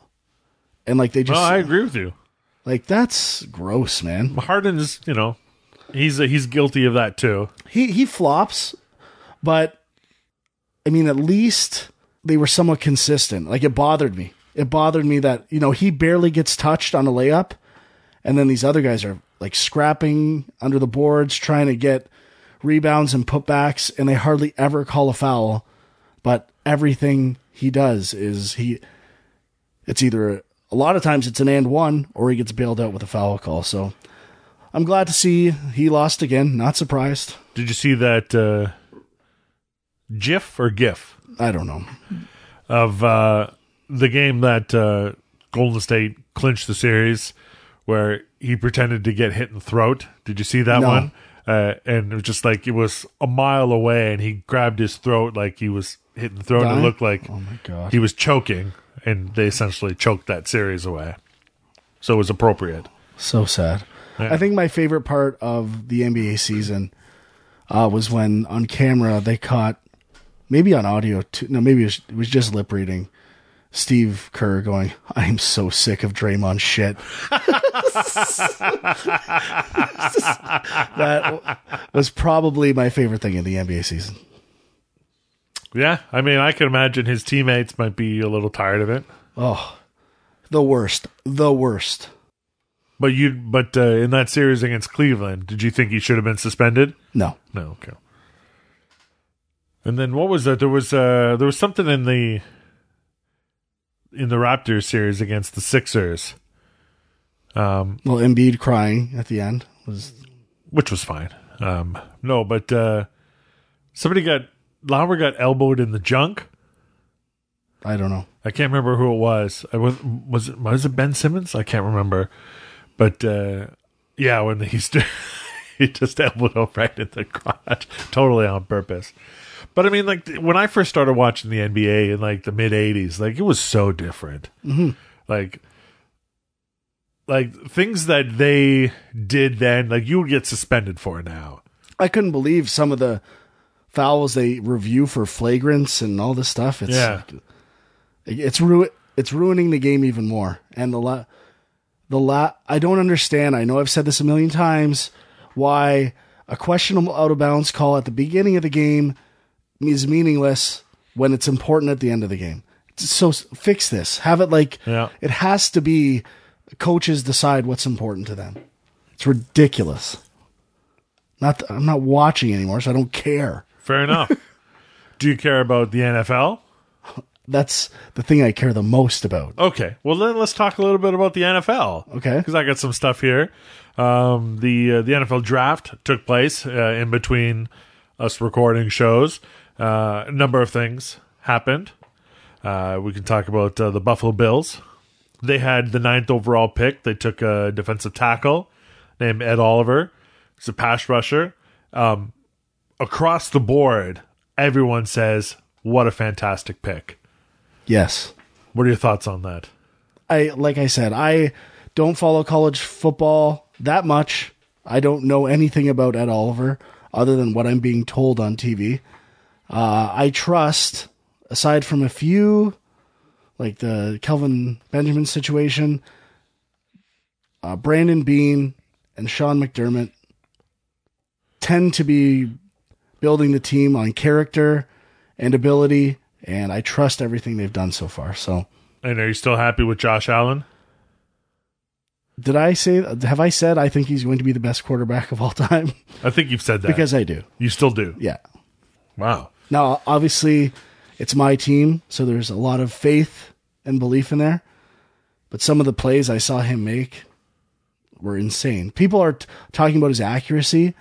And like they just
No, I agree with you.
like that's gross, man.
Harden's, you know, he's uh, he's guilty of that too.
He he flops, but I mean at least they were somewhat consistent. Like it bothered me. It bothered me that, you know, he barely gets touched on a layup and then these other guys are like scrapping under the boards trying to get rebounds and putbacks and they hardly ever call a foul, but everything he does is he it's either a lot of times it's an and one or he gets bailed out with a foul call. So I'm glad to see he lost again. Not surprised.
Did you see that uh, GIF or GIF?
I don't know.
of uh, the game that uh, Golden State clinched the series, where he pretended to get hit in the throat. Did you see that
No.
one? Uh, and it was just like it was a mile away, and he grabbed his throat like he was hitting the throat. and
Dying?
It looked like
Oh my god.
he was choking, and they essentially choked that series away. So it was appropriate.
So sad.
Yeah.
I think my favorite part of the NBA season uh, was when on camera they caught, maybe on audio too. No, maybe it was, it was just lip reading. Steve Kerr going, "I'm so sick of Draymond shit." that was probably my favorite thing in the NBA season.
Yeah, I mean, I can imagine his teammates might be a little tired of it,
Oh, the worst, the worst.
but you, but uh, in that series against Cleveland, did you think he should have been suspended?
No,
No, okay. And then what was that? There was uh there was something in the in the Raptors series against the Sixers, um,
well, Embiid crying at the end was
which was fine. Um no, but uh somebody got Lauer got elbowed in the junk
I don't know.
I can't remember who it was. I was was it was it Ben Simmons? I can't remember. But uh, yeah, when he st- he just elbowed him right in the crotch, totally on purpose. But I mean, like th- when I first started watching the NBA in like the mid '80s, like it was so different. Like, like things that they did then, like you would get suspended for now.
I couldn't believe some of the fouls they review for flagrants and all this stuff. It's
Yeah.
like- it's ru- it's ruining the game even more. And the la- the la- I don't understand. I know I've said this a million times why a questionable out of bounds call at the beginning of the game is meaningless when it's important at the end of the game. So s- fix this. Have it like
Yeah.
it has to be coaches decide what's important to them. It's ridiculous. Not th- I'm not watching anymore, so I don't care.
Fair enough. Do you care about the NFL?
That's the thing I care the most about.
Okay. Well, then let's talk a little bit about the NFL.
Okay.
Because I got some stuff here. Um, the uh, the NFL draft took place uh, in between us recording shows. Uh, a number of things happened. Uh, we can talk about uh, the Buffalo Bills. They had the ninth overall pick. They took a defensive tackle named Ed Oliver. He's a pass rusher. Um, across the board, everyone says, "What a fantastic pick!"
Yes.
What are your thoughts on that?
I like I said, I don't follow college football that much. I don't know anything about Ed Oliver other than what I'm being told on TV. Uh, I trust, aside from a few, like the Kelvin Benjamin situation, uh, Brandon Bean and Sean McDermott tend to be building the team on character and ability, and I trust everything they've done so far. So.
And are you still happy with Josh Allen?
Did I say? Have I said I think he's going to be the best quarterback of all time?
I think you've said that.
because I do.
you still do.
Yeah.
Wow.
Now, obviously, it's my team, so there's a lot of faith and belief in there. But some of the plays I saw him make were insane. People are t- talking about his accuracy.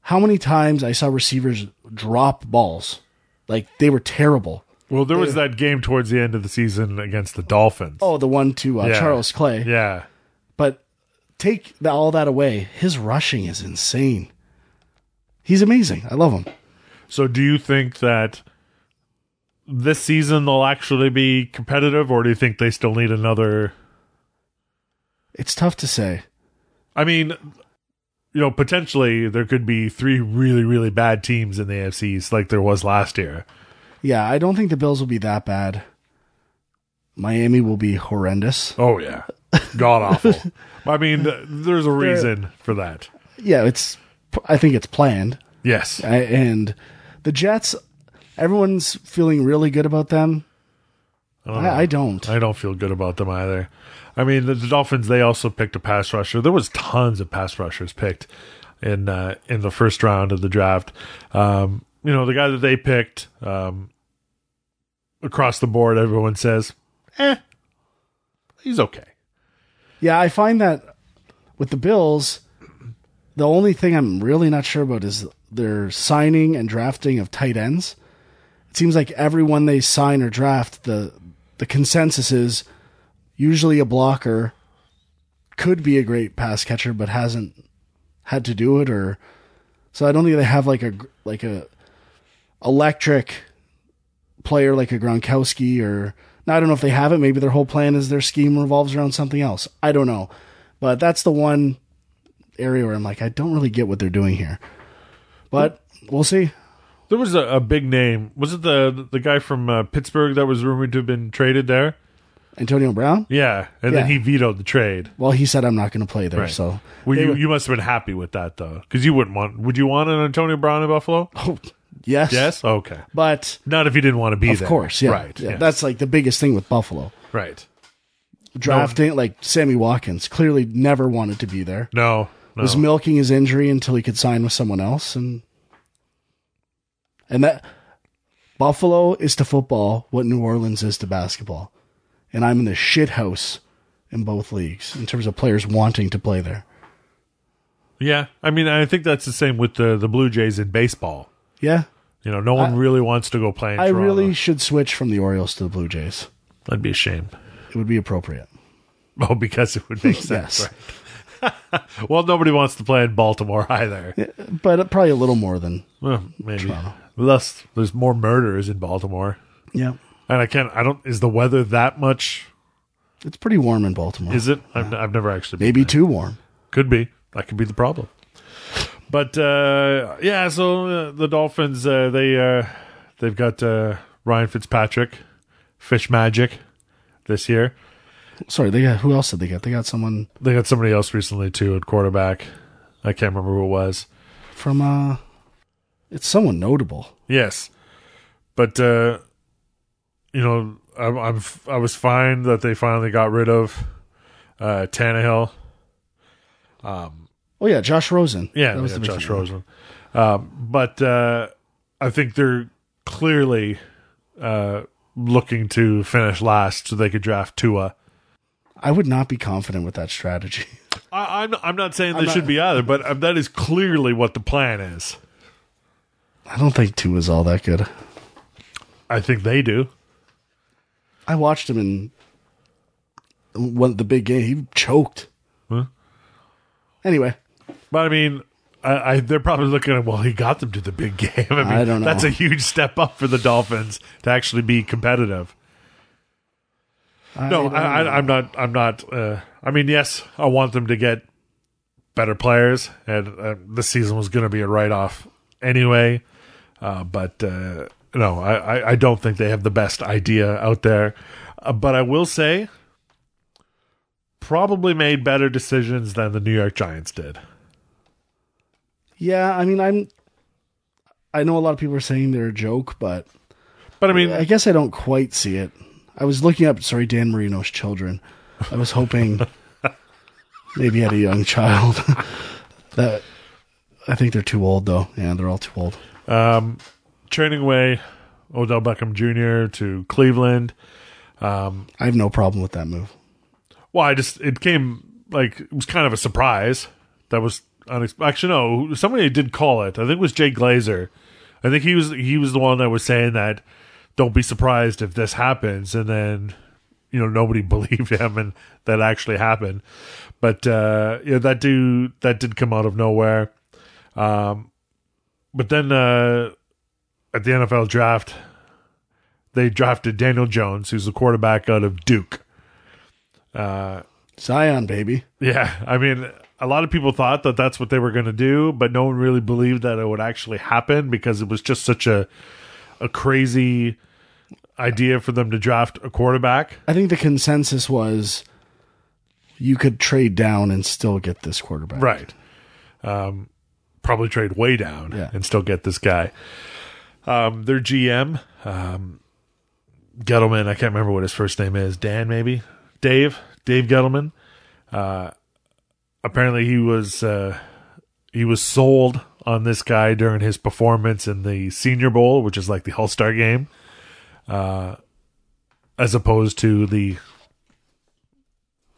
How many times I saw receivers drop balls? Like they were terrible.
Well, there was that game towards the end of the season against the Dolphins.
Oh, the one to uh,
Yeah.
Charles Clay.
Yeah.
But take the, all that away, his rushing is insane. He's amazing. I love him.
So do you think that this season they'll actually be competitive or do you think they still need another
It's tough to say.
I mean, you know, potentially there could be three really really bad teams in the AFCs like there was last year.
Yeah, I don't think the Bills will be that bad. Miami will be horrendous.
Oh yeah. God awful. I mean, th- there's a reason for that.
Yeah, it's. I think it's planned.
Yes.
I, and the Jets, everyone's feeling really good about them. I, I don't.
I don't feel good about them either. I mean, the, the Dolphins they also picked a pass rusher. There was tons of pass rushers picked in uh, in the first round of the draft. Um, you know, the guy that they picked um, across the board, everyone says, "Eh, he's okay."
Yeah, I find that with the Bills, the only thing I'm really not sure about is their signing and drafting of tight ends. It seems like everyone they sign or draft, the the consensus is usually a blocker could be a great pass catcher, but hasn't had to do it, or so I don't think they have like a gr- like a electric player like a Gronkowski or now I don't know if they have it. Maybe their whole plan is their scheme revolves around something else. I don't know, but that's the one area where I'm like, I don't really get what they're doing here. But we'll see.
There was a, a big name. Was it the the guy from uh, Pittsburgh that was rumored to have been traded there?
Antonio Brown.
Yeah, and then he
Yeah.
vetoed the trade.
Well, he said I'm not going to play there.
Right.
So
Well,
They
you,
were-
you must have been happy with that though, because you wouldn't want. Would you want an Antonio Brown in Buffalo?
oh, yes,
Yes. Okay.
But
Not if you didn't want to be
of
there.
course, yeah,
Right.
yeah.
yes,
That's like the biggest thing with Buffalo
right.
drafting. Like Sammy Watkins clearly never wanted to be there.
No. No.
was milking his injury until he could sign with someone else and and that Buffalo is to football what New Orleans is to basketball. And I'm in the shithouse in both leagues in terms of players wanting to play there.
yeah. I mean, I think that's the same with the the Blue Jays in baseball.
Yeah.
You know, no one really wants to go play in
I
Toronto.
really should switch from the Orioles to the Blue Jays.
That'd be a shame.
It would be appropriate.
Oh, because it would make sense.
Yes.
right? Well, nobody wants to play in Baltimore either.
But probably a little more than.
Well, maybe. Thus, there's more murders in Baltimore,
Yeah.
and I can't. I don't. Is the weather that much?
It's pretty warm in Baltimore.
Is it? I've, I've never actually. Been.
Maybe too warm.
Could be. That could be the problem. But uh, yeah, so uh, the Dolphins uh, they uh, they've got uh, Ryan Fitzpatrick, Fish Magic, this year.
Sorry, they got who else did they get? They got someone
They got somebody else recently too at quarterback. I can't remember who it was.
from uh it's someone notable.
Yes, but uh, you know, I'm, I'm f- I was fine that they finally got rid of uh, Tannehill.
Oh yeah, Josh Rosen.
Yeah,
that was
yeah,
the big
Josh
thing.
Rosen. Um, but uh, I think they're clearly uh, looking to finish last so they could draft Tua.
I would not be confident with that strategy.
I, I'm I'm not saying they should be either, but um, that is clearly what the plan is.
I don't think two is all that good.
I think they do.
I watched him in one the big game. He choked.
Huh?
Anyway,
But I mean, I, I they're probably looking at well, he got them to the big game. I, mean,
I don't know.
That's a huge step up for the Dolphins to actually be competitive. No,
don't
I,
know.
I, I'm not. I'm not. Uh, I mean, yes, I want them to get better players, and uh, this season was going to be a write off anyway. Uh, but uh, no, I, I, I don't think they have the best idea out there. Uh, but I will say, probably made better decisions than the New York Giants did.
yeah, I mean, I'm. I know a lot of people are saying they're a joke, but
But I mean,
I guess I don't quite see it. I was looking up. Sorry, Dan Marino's children. I was hoping maybe he had a young child. that I think they're too old though. Yeah, they're all too old.
um, trading away Odell Beckham Jr. to Cleveland.
I have no problem with that move.
Well, I just it came like it was kind of a surprise. That was unexpected. Actually, no, somebody did call it. I think it was Jay Glazer. I think he was he was the one that was saying that don't be surprised if this happens, and then you know nobody believed him, and that actually happened. But uh, yeah, that do that did come out of nowhere. Um, but then uh, at the NFL draft, they drafted Daniel Jones, who's the quarterback out of Duke.
Zion, baby.
Yeah, I mean, a lot of people thought that that's what they were going to do, but no one really believed that it would actually happen because it was just such a a crazy idea for them to draft a quarterback.
I think the consensus was you could trade down and still get this quarterback.
Right. Um, probably trade way down
Yeah.
and still get this guy. Um, their GM, um, Gettleman, I can't remember what his first name is. Dan, maybe? Dave? Dave Gettleman. Uh, apparently he was, uh, he was sold on this guy during his performance in the Senior Bowl, which is like the All Star game, uh, as opposed to the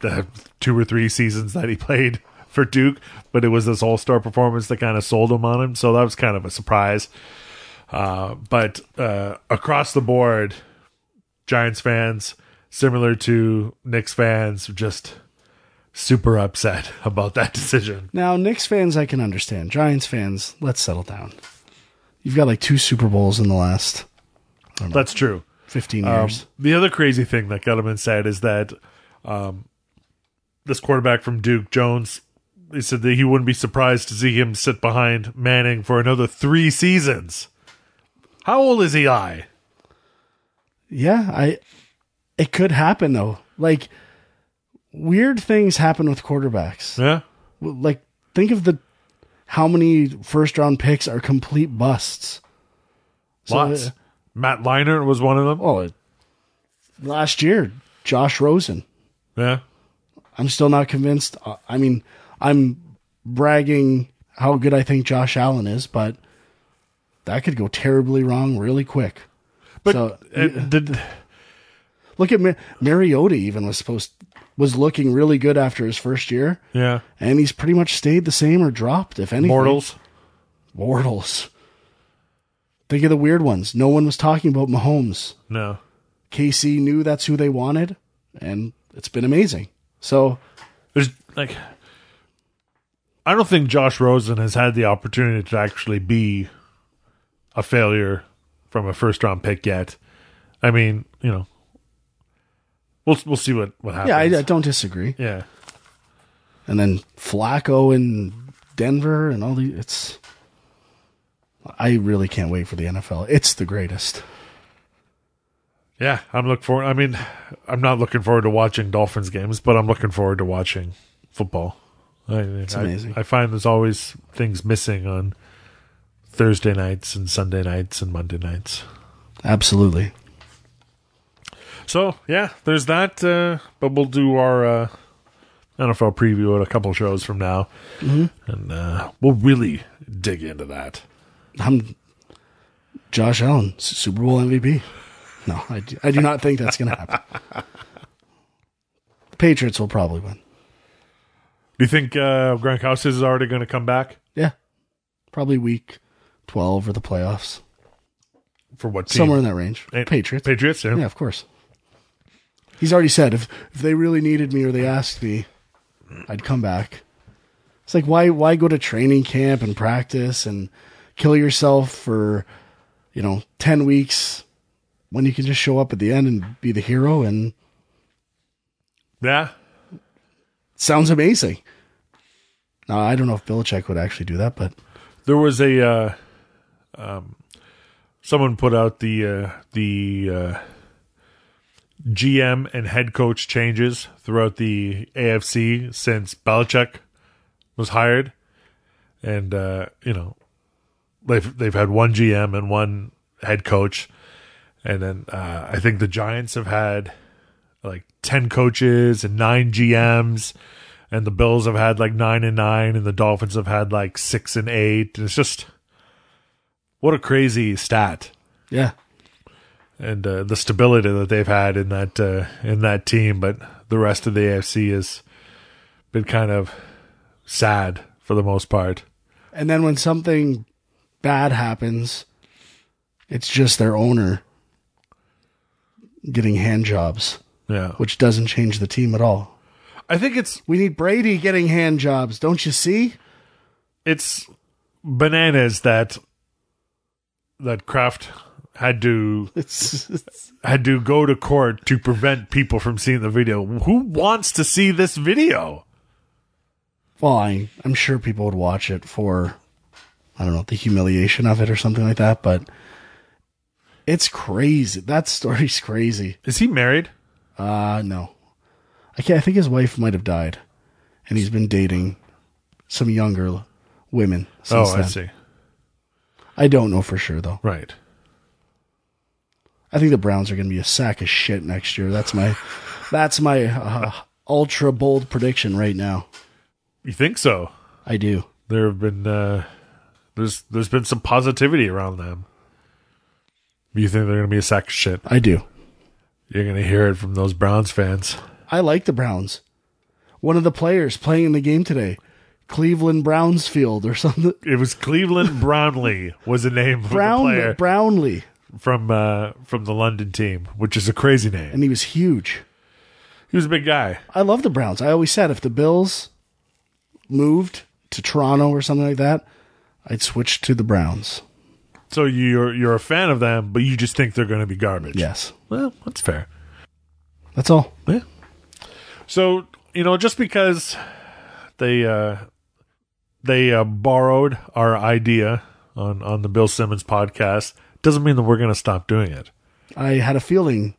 the two or three seasons that he played for Duke, but it was this all star performance that kind of sold him on him. So that was kind of a surprise. Uh, but uh, across the board, Giants fans, similar to Knicks fans, just super upset about that decision.
Now, Knicks fans, I can understand. Giants fans, let's settle down. You've got like two Super Bowls in the last
That's true.
15
Um,
years.
the other crazy thing that Gettleman said is that um, this quarterback from Duke Jones, he said that he wouldn't be surprised to see him sit behind Manning for another three seasons. How old is Eli?
Yeah, I it could happen though. Like weird things happen with quarterbacks.
Yeah,
W- Like think of the how many first round picks are complete busts. So,
lots.
uh,
Matt Leinart was one of them.
oh, it- last year Josh Rosen.
Yeah,
I'm still not convinced. Uh, I mean, I'm bragging how good I think Josh Allen is, but that could go terribly wrong really quick.
but
So,
uh, did
Look at Mar- Mariota. Even was supposed was looking really good after his first year.
yeah
and he's pretty much stayed the same or dropped, if anything.
mortals?
Mortals. Think of the weird ones. No one was talking about Mahomes.
No,
KC knew that's who they wanted, and it's been amazing. So
There's like I don't think Josh Rosen has had the opportunity to actually be a failure from a first round pick yet. I mean, you know, we'll we'll see what what
yeah, I,
happens.
I don't disagree.
yeah.
And then Flacco in Denver and all the it's. I really can't wait for the NFL. It's the greatest.
Yeah, I'm looking forward. I mean, I'm not looking forward to watching Dolphins games, but I'm looking forward to watching football. I, it's
amazing.
I, find there's always things missing on Thursday nights and Sunday nights and Monday nights.
Absolutely.
So yeah, there's that. Uh, but we'll do our uh, NFL preview in a couple shows from now, and uh, we'll really dig into that.
I'm Josh Allen, S- Super Bowl MVP. No, I do, I do not think that's going to happen. The Patriots will probably win.
Do you think uh, Gronkowski is already going to come back
Yeah. Probably week 12 or the playoffs.
for what team?
Somewhere in that range.
Eh,
Patriots.
Patriots. Yeah.
Yeah, of course. He's already said if if they really needed me or they asked me, I'd come back. It's like why why go to training camp and practice and kill yourself for you know 10 weeks when you can just show up at the end and be the hero and
yeah.
sounds amazing. Now, I don't know if Belichick would actually do that, but
There was a uh, um, someone put out the uh, the uh, GM and head coach changes throughout the AFC since Belichick was hired, and uh, you know they've they've had one GM and one head coach, and then uh, I think the Giants have had like ten coaches and nine GMs and the Bills have had like nine and nine, and the Dolphins have had like six and eight. And it's just what a crazy stat,
yeah.
and uh, the stability that they've had in that uh, in that team. But the rest of the AFC has been kind of sad for the most part.
And then when something bad happens, it's just their owner getting hand jobs,
Yeah,
which doesn't change the team at all.
I think it's
We need Brady getting hand jobs, don't you see?
it's bananas that that Kraft had to
It's, it's
had to go to court to prevent people from seeing the video. Who wants to see this video?
fine. I'm sure people would watch it for I don't know, the humiliation of it or something like that, but it's crazy. That story's crazy.
Is he married?
Uh no. I can't I think his wife might have died. And he's been dating some younger l- women since
oh,
then.
I see.
I don't know for sure though.
Right.
I think the Browns are going to be a sack of shit next year. That's my that's my uh, ultra bold prediction right now.
You think so?
I do.
There have been uh, there's there's been some positivity around them. You think they're gonna be a sack of shit?
I do.
You're gonna hear it from those Browns fans.
I like the Browns. One of the players playing in the game today, Cleveland Brownsfield or something.
It was Cleveland Brownlee was the name of the
Brown
player
Brownlee,
from uh, from the London team, which is a crazy name.
and he was huge.
He was a big guy.
I love the Browns. I always said if the Bills moved to Toronto or something like that, I'd switch to the Browns.
So you're you're a fan of them, but you just think they're gonna be garbage.
Yes.
Well, that's fair.
That's all.
Yeah. So you know, just because they uh, they uh, borrowed our idea on on the Bill Simmons podcast doesn't mean that we're going to stop doing it.
I had a feeling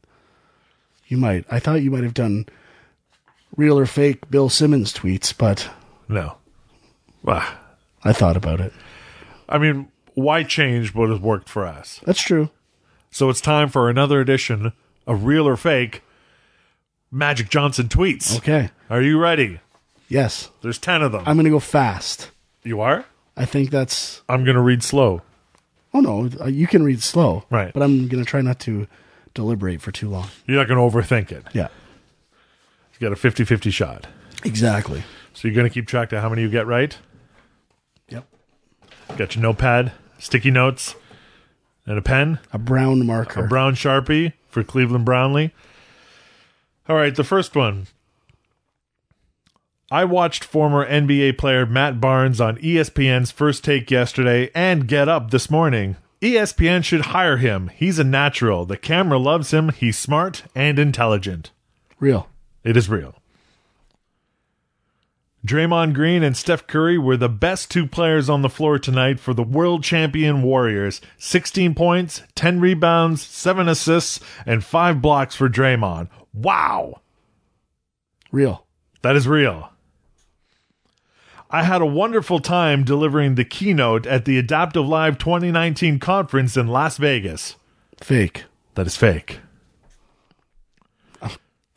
you might. I thought you might have done real or fake Bill Simmons tweets, but
No. Ah,
I thought about it.
I mean, why change what has worked for us?
That's true.
So it's time for another edition of Real or Fake Magic Johnson tweets.
Okay.
Are you ready?
Yes.
There's 10 of them.
I'm going to go fast.
you are?
I think that's.
I'm going to read slow.
Oh, no. uh, You can read slow.
Right.
But I'm going to try not to deliberate for too long.
You're not going to overthink it.
Yeah.
You got a 50 50 shot.
Exactly.
So you're going to keep track of how many you get right?
Yep.
Got your notepad, sticky notes, and a pen,
A brown marker.
a brown sharpie for Cleveland Brownlee. All right, the first one. I watched former NBA player Matt Barnes on E ESPN's First Take yesterday and Get Up this morning. E ESPN should hire him. He's a natural. The camera loves him. He's smart and intelligent.
Real.
It is real. Draymond Green and Steph Curry were the best two players on the floor tonight for the world champion Warriors. 16 points, 10 rebounds, 7 assists, and 5 blocks for Draymond. Wow!
Real.
That is real. I had a wonderful time delivering the keynote at the Adaptive Live 2019 conference in Las Vegas.
Fake.
That is fake.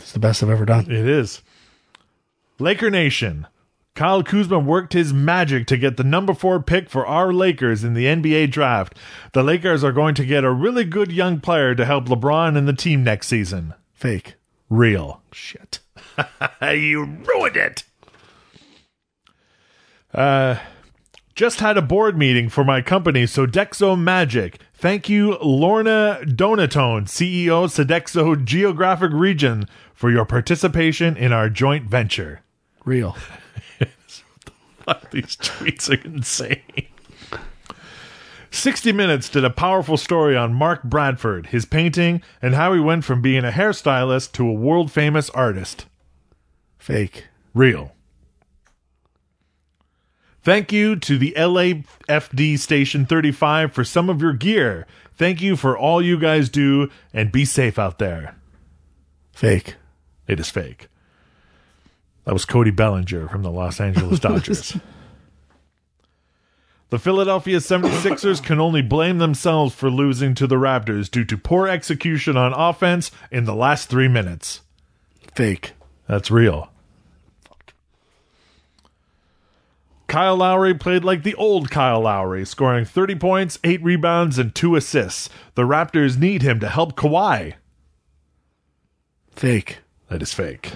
It's the best I've ever done.
It is. Laker Nation. Kyle Kuzma worked his magic to get the number four pick for our Lakers in the NBA draft. The Lakers are going to get a really good young player to help LeBron and the team next season.
Fake.
Real.
Shit.
you ruined it. Uh, just had a board meeting for my company, Sodexo Magic. Thank you, Lorna Donatone, CEO, Sodexo Geographic Region, for your participation in our joint venture.
Real.
These tweets are insane. 60 Minutes did a powerful story on Mark Bradford, his painting, and how he went from being a hairstylist to a world famous artist.
Fake.
real. Thank you to the LAFD Station 35 for some of your gear. Thank you for all you guys do, and be safe out there.
Fake.
It is fake. That was Cody Bellinger from the Los Angeles Dodgers. the Philadelphia 76ers can only blame themselves for losing to the Raptors due to poor execution on offense in the last three minutes.
Fake.
That's real. Kyle Lowry played like the old Kyle Lowry, scoring 30 points, 8 rebounds, and 2 assists. The Raptors need him to help Kawhi.
Fake.
That is fake.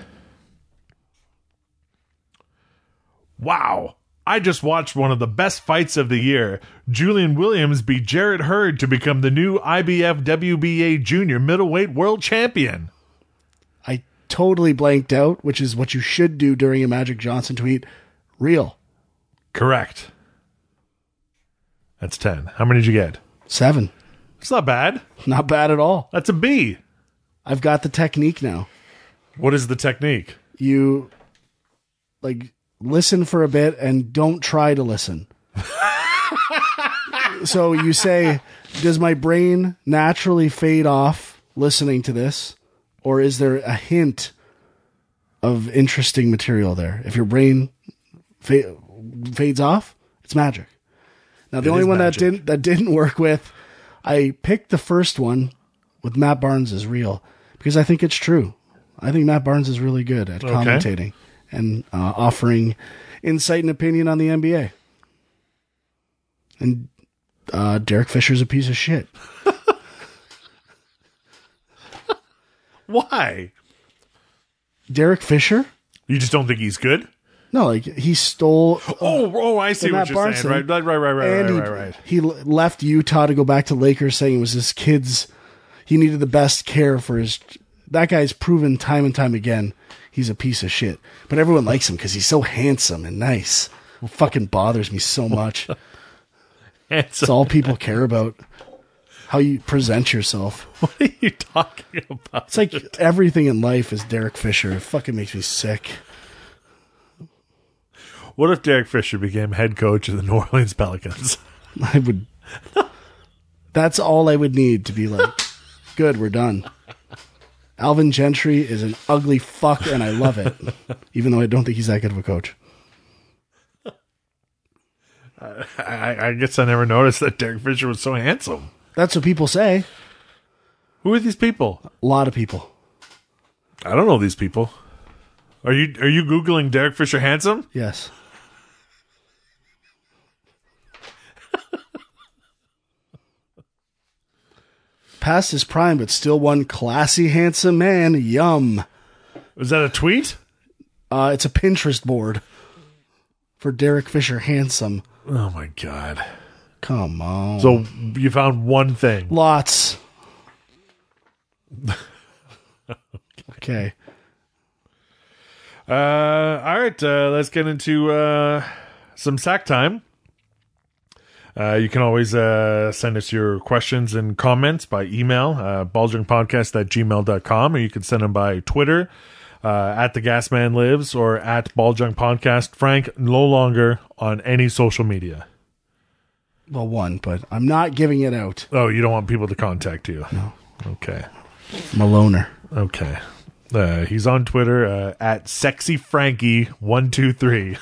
Wow. I just watched one of the best fights of the year. Julian Williams beat Jared Hurd to become the new IBF WBA junior middleweight world champion.
I totally blanked out, which is what you should do during a Magic Johnson tweet. Real.
Correct. That's 10. How many did you get?
Seven.
It's not bad.
Not bad at all.
That's a B.
I've got the technique now.
What is the technique?
You like listen for a bit and don't try to listen. so you say, does my brain naturally fade off listening to this? Or is there a hint of interesting material there? If your brain fa- fades off, it's magic. Now the only
is
one
magic.
that didn't that didn't work with, I picked the first one with Matt Barnes is real because I think it's true. I think Matt Barnes is really good at commentating and uh, offering insight and opinion on the NBA. And uh, Derek Fisher's a piece of shit.
Why?
Derek Fisher?
You just don't think he's good?
No, like he stole
Oh, oh, I see
And
what
Matt
you're
Barnes
saying. Right, right, right, right, right, right,
and he,
right, right.
he l- left Utah to go back to Lakers, saying it was his kids. He needed the best care for his. That guy's proven time and time again he's a piece of shit, but everyone likes him because he's so handsome and nice. It fucking bothers me so much.
Handsome.
It's all people care about. How you present yourself.
What are you talking about?
It's like everything in life is Derek Fisher. It fucking makes me sick.
What if Derek Fisher became head coach of the New Orleans Pelicans?
I would. That's all I would need to be like, good, we're done. Alvin Gentry is an ugly fuck, and I love it, even though I don't think he's that good of a coach.
I, I- I guess I never noticed that Derek Fisher was so handsome.
That's what people say.
Who are these people?
A lot of people.
I don't know these people. Are you are you googling Derek Fisher handsome?
Yes. Past his prime, but still one classy, handsome man. Yum.
Was that a tweet?
Uh, it's a Pinterest board for Derek Fisher Handsome.
Oh my god.
Come on.
So you found one thing.
Lots. okay.
Uh, all right, uh, let's get into uh, some sack time. Uh, you can always uh, send us your questions and comments by email, uh, baldringpodcast at gmail.com, or you can send them by Twitter, uh, at The Gasman Lives, or at Balljunk Podcast. Frank, no longer on any social media.
Well, one, but I'm not giving it out.
Oh, you don't want people to contact you? No. Okay.
I'm a loner.
Okay. Uh, he's on Twitter uh, at sexy Frankie one two three.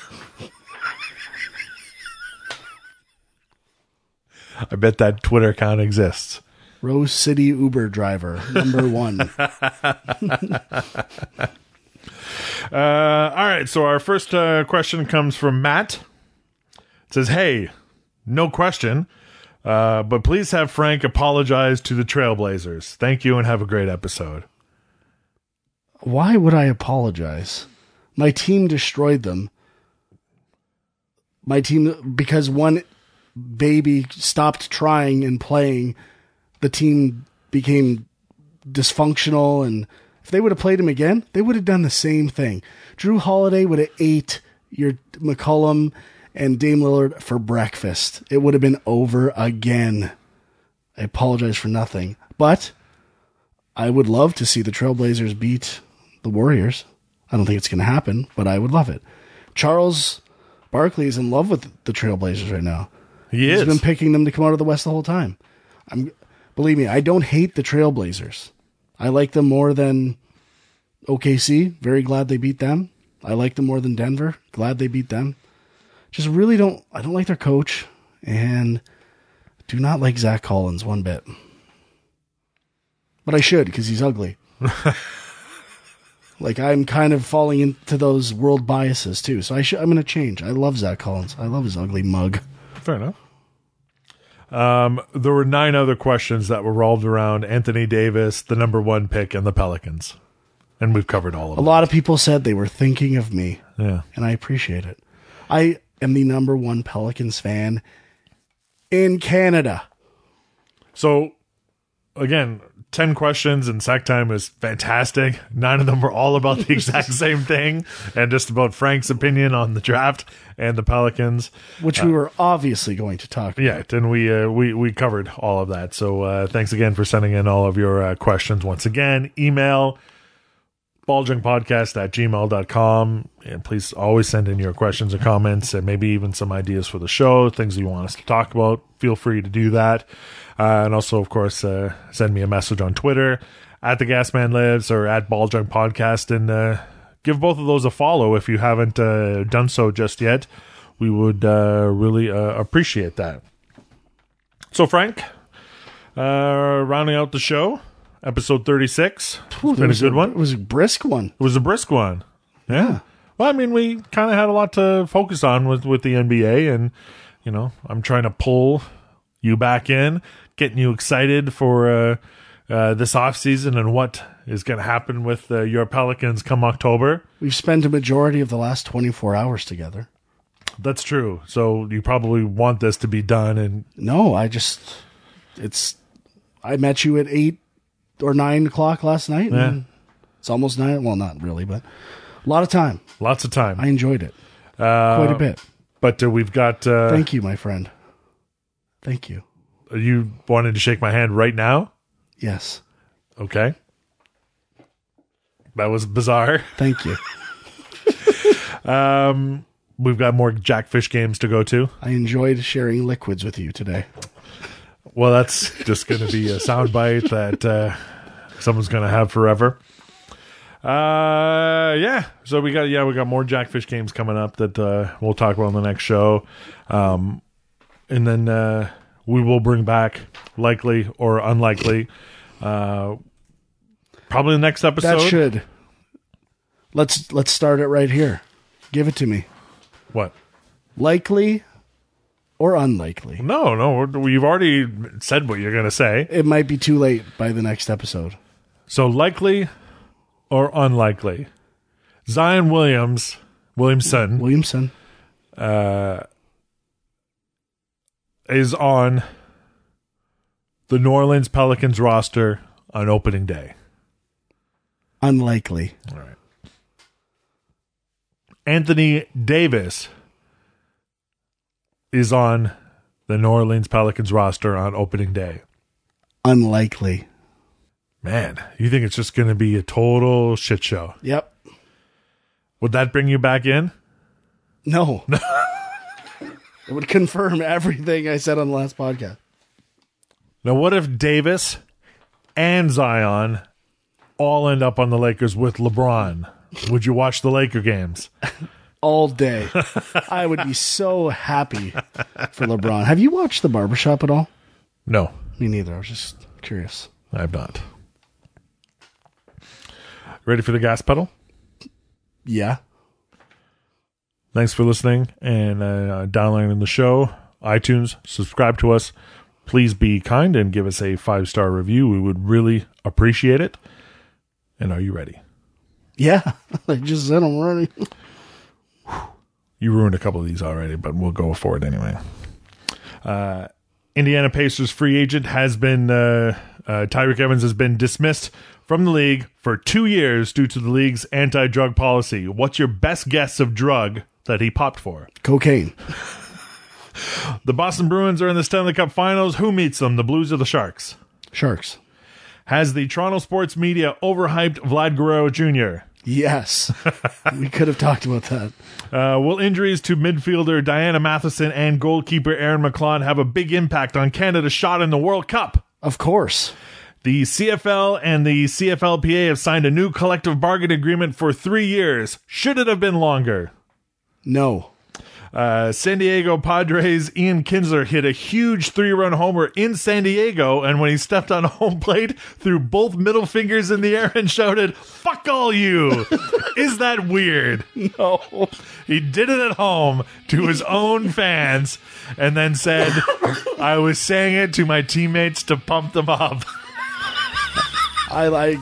I bet that Twitter account exists.
Rose City Uber driver, number one.
Uh, all right, so our first uh, question comes from Matt. It says, "Hey, no question, uh, but please have Frank apologize to the Trailblazers. Thank you, and have a great episode."
Why would I apologize? My team destroyed them. My team, because one baby stopped trying and playing, the team became dysfunctional. And if they would have played him again, they would have done the same thing. Drew Holiday would have ate your McCollum and Dame Lillard for breakfast. It would have been over again. I apologize for nothing. But I would love to see the Trailblazers beat the Warriors. I don't think it's going to happen, but I would love it. Charles Barkley is in love with the Trailblazers right now.
He is.
He's been picking them to come out of the West the whole time. I'm believe me, I don't hate the Trailblazers. I like them more than OKC. Very glad they beat them. I like them more than Denver. Glad they beat them. Just really don't I don't like their coach and do not like Zach Collins one bit. But I should because he's ugly. like I'm kind of falling into those world biases too. So I should I'm gonna change. I love Zach Collins. I love his ugly mug.
Fair enough. Um, there were nine other questions that revolved around Anthony Davis, the number one pick, and the Pelicans, and we've covered all of
A
them.
lot of people said they were thinking of me,
Yeah,
and I appreciate it. I am the number one Pelicans fan in Canada.
So, again, 10 questions and sack time was fantastic. Nine of them were all about the exact same thing and just about Frank's opinion on the draft and the Pelicans.
Which we were obviously going to talk about.
Uh, Yeah, and we uh, we we covered all of that. So uh, thanks again for sending in all of your uh, questions. Once again, email balljunkpodcast at gmail.com. And please always send in your questions and comments and maybe even some ideas for the show, things you want us to talk about. Feel free to do that. Uh, and also, of course, uh, send me a message on Twitter at the Gasman Lives or at Balljunk Podcast. And uh, give both of those a follow if you haven't uh, done so just yet. We would uh, really uh, appreciate that. So, Frank, uh, rounding out the show, episode 36.
Ooh,
It's been a good one.
It was a brisk one.
It was a brisk one. Yeah. Well, I mean, we kind of had a lot to focus on with, with the NBA, and, you know, I'm trying to pull you back in, getting you excited for uh, uh, this offseason and what is going to happen with uh, your Pelicans come October.
We've spent a majority of the last 24 hours together.
That's true. So you probably want this to be done and
No, I just, it's, I met you at eight or nine o'clock last night.
eh,
And It's almost nine. Well, not really, but a lot of time.
lots of time.
I enjoyed it quite a bit.
but uh, we've got uh,
Thank you, my friend. Thank you.
you wanted to shake my hand right now.
Yes.
Okay. That was bizarre.
Thank you.
Um, we've got more Jackfish games to go to.
I enjoyed sharing liquids with you today.
Well, that's just going to be a soundbite that uh, someone's going to have forever. Uh, yeah. So we got yeah we got more Jackfish games coming up that uh, we'll talk about on the next show, um, and then uh, we will bring back likely or unlikely, uh, probably the next episode.
That should. Let's let's start it right here. Give it to me.
what?
Likely or unlikely.
No, no. we're- We've already said what you're going to say.
It might be too late by the next episode.
So likely or unlikely? Zion Williams, Williamson,
Williamson.
is on the New Orleans Pelicans roster on opening day.
Unlikely.
All right. Anthony Davis is on the New Orleans Pelicans roster on opening day.
Unlikely.
Man, you think it's just going to be a total shit show.
Yep.
Would that bring you back in?
No. it would confirm everything I said on the last podcast.
Now, what if Davis and Zion all end up on the Lakers with LeBron? Would you watch the Laker games?
All day. I would be so happy for LeBron. Have you watched The Barbershop at all?
No,
Me neither. I was just curious.
I have not. Ready for the gas pedal?
Yeah.
Thanks for listening and uh, downloading the show. iTunes, subscribe to us. Please be kind and give us a five star review. We would really appreciate it. And are you ready?
Yeah. I just said I'm running.
You ruined a couple of these already, but we'll go for it anyway. Uh, Indiana Pacers free agent has been uh, uh, Tyreek Evans has been dismissed from the league for two years due to the league's anti-drug policy. What's your best guess of drug that he popped for?
Cocaine.
The Boston Bruins are in the Stanley Cup Finals. Who meets them? The Blues or the Sharks?
Sharks.
Has the Toronto sports media overhyped Vlad Guerrero Jr.?
Yes. we could have talked about that.
Uh, will injuries to midfielder Diana Matheson and goalkeeper Aaron McClellan have a big impact on Canada's shot in the World Cup?
Of course.
The CFL and the CFLPA have signed a new collective bargain agreement for three years. Should it have been longer?
No.
Uh, San Diego Padres Ian Kinsler hit a huge three run homer in San Diego, and when he stepped on home plate, threw both middle fingers in the air and shouted, Fuck all you! Is that weird?
No.
He did it at home to his own fans and then said, I was saying it to my teammates to pump them up.
I like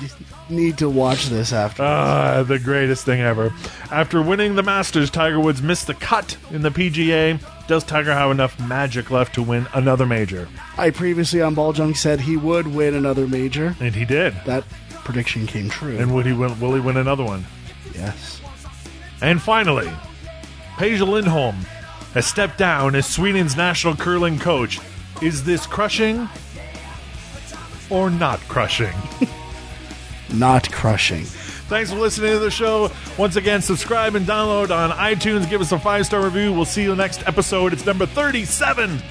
need to watch this after.
Ah, the greatest thing ever. After winning the Masters, Tiger Woods missed the cut in the PGA. Does Tiger have enough magic left to win another major?
I previously on Ball Junk said he would win another major.
And he did.
That prediction came true.
And would he win, will he win another one?
yes.
And finally, Peja Lindholm has stepped down as Sweden's national curling coach. Is this crushing or not crushing?
Not crushing.
Thanks for listening to the show. Once again, subscribe and download on iTunes. Give us a five star review. We'll see you next episode. It's number 37.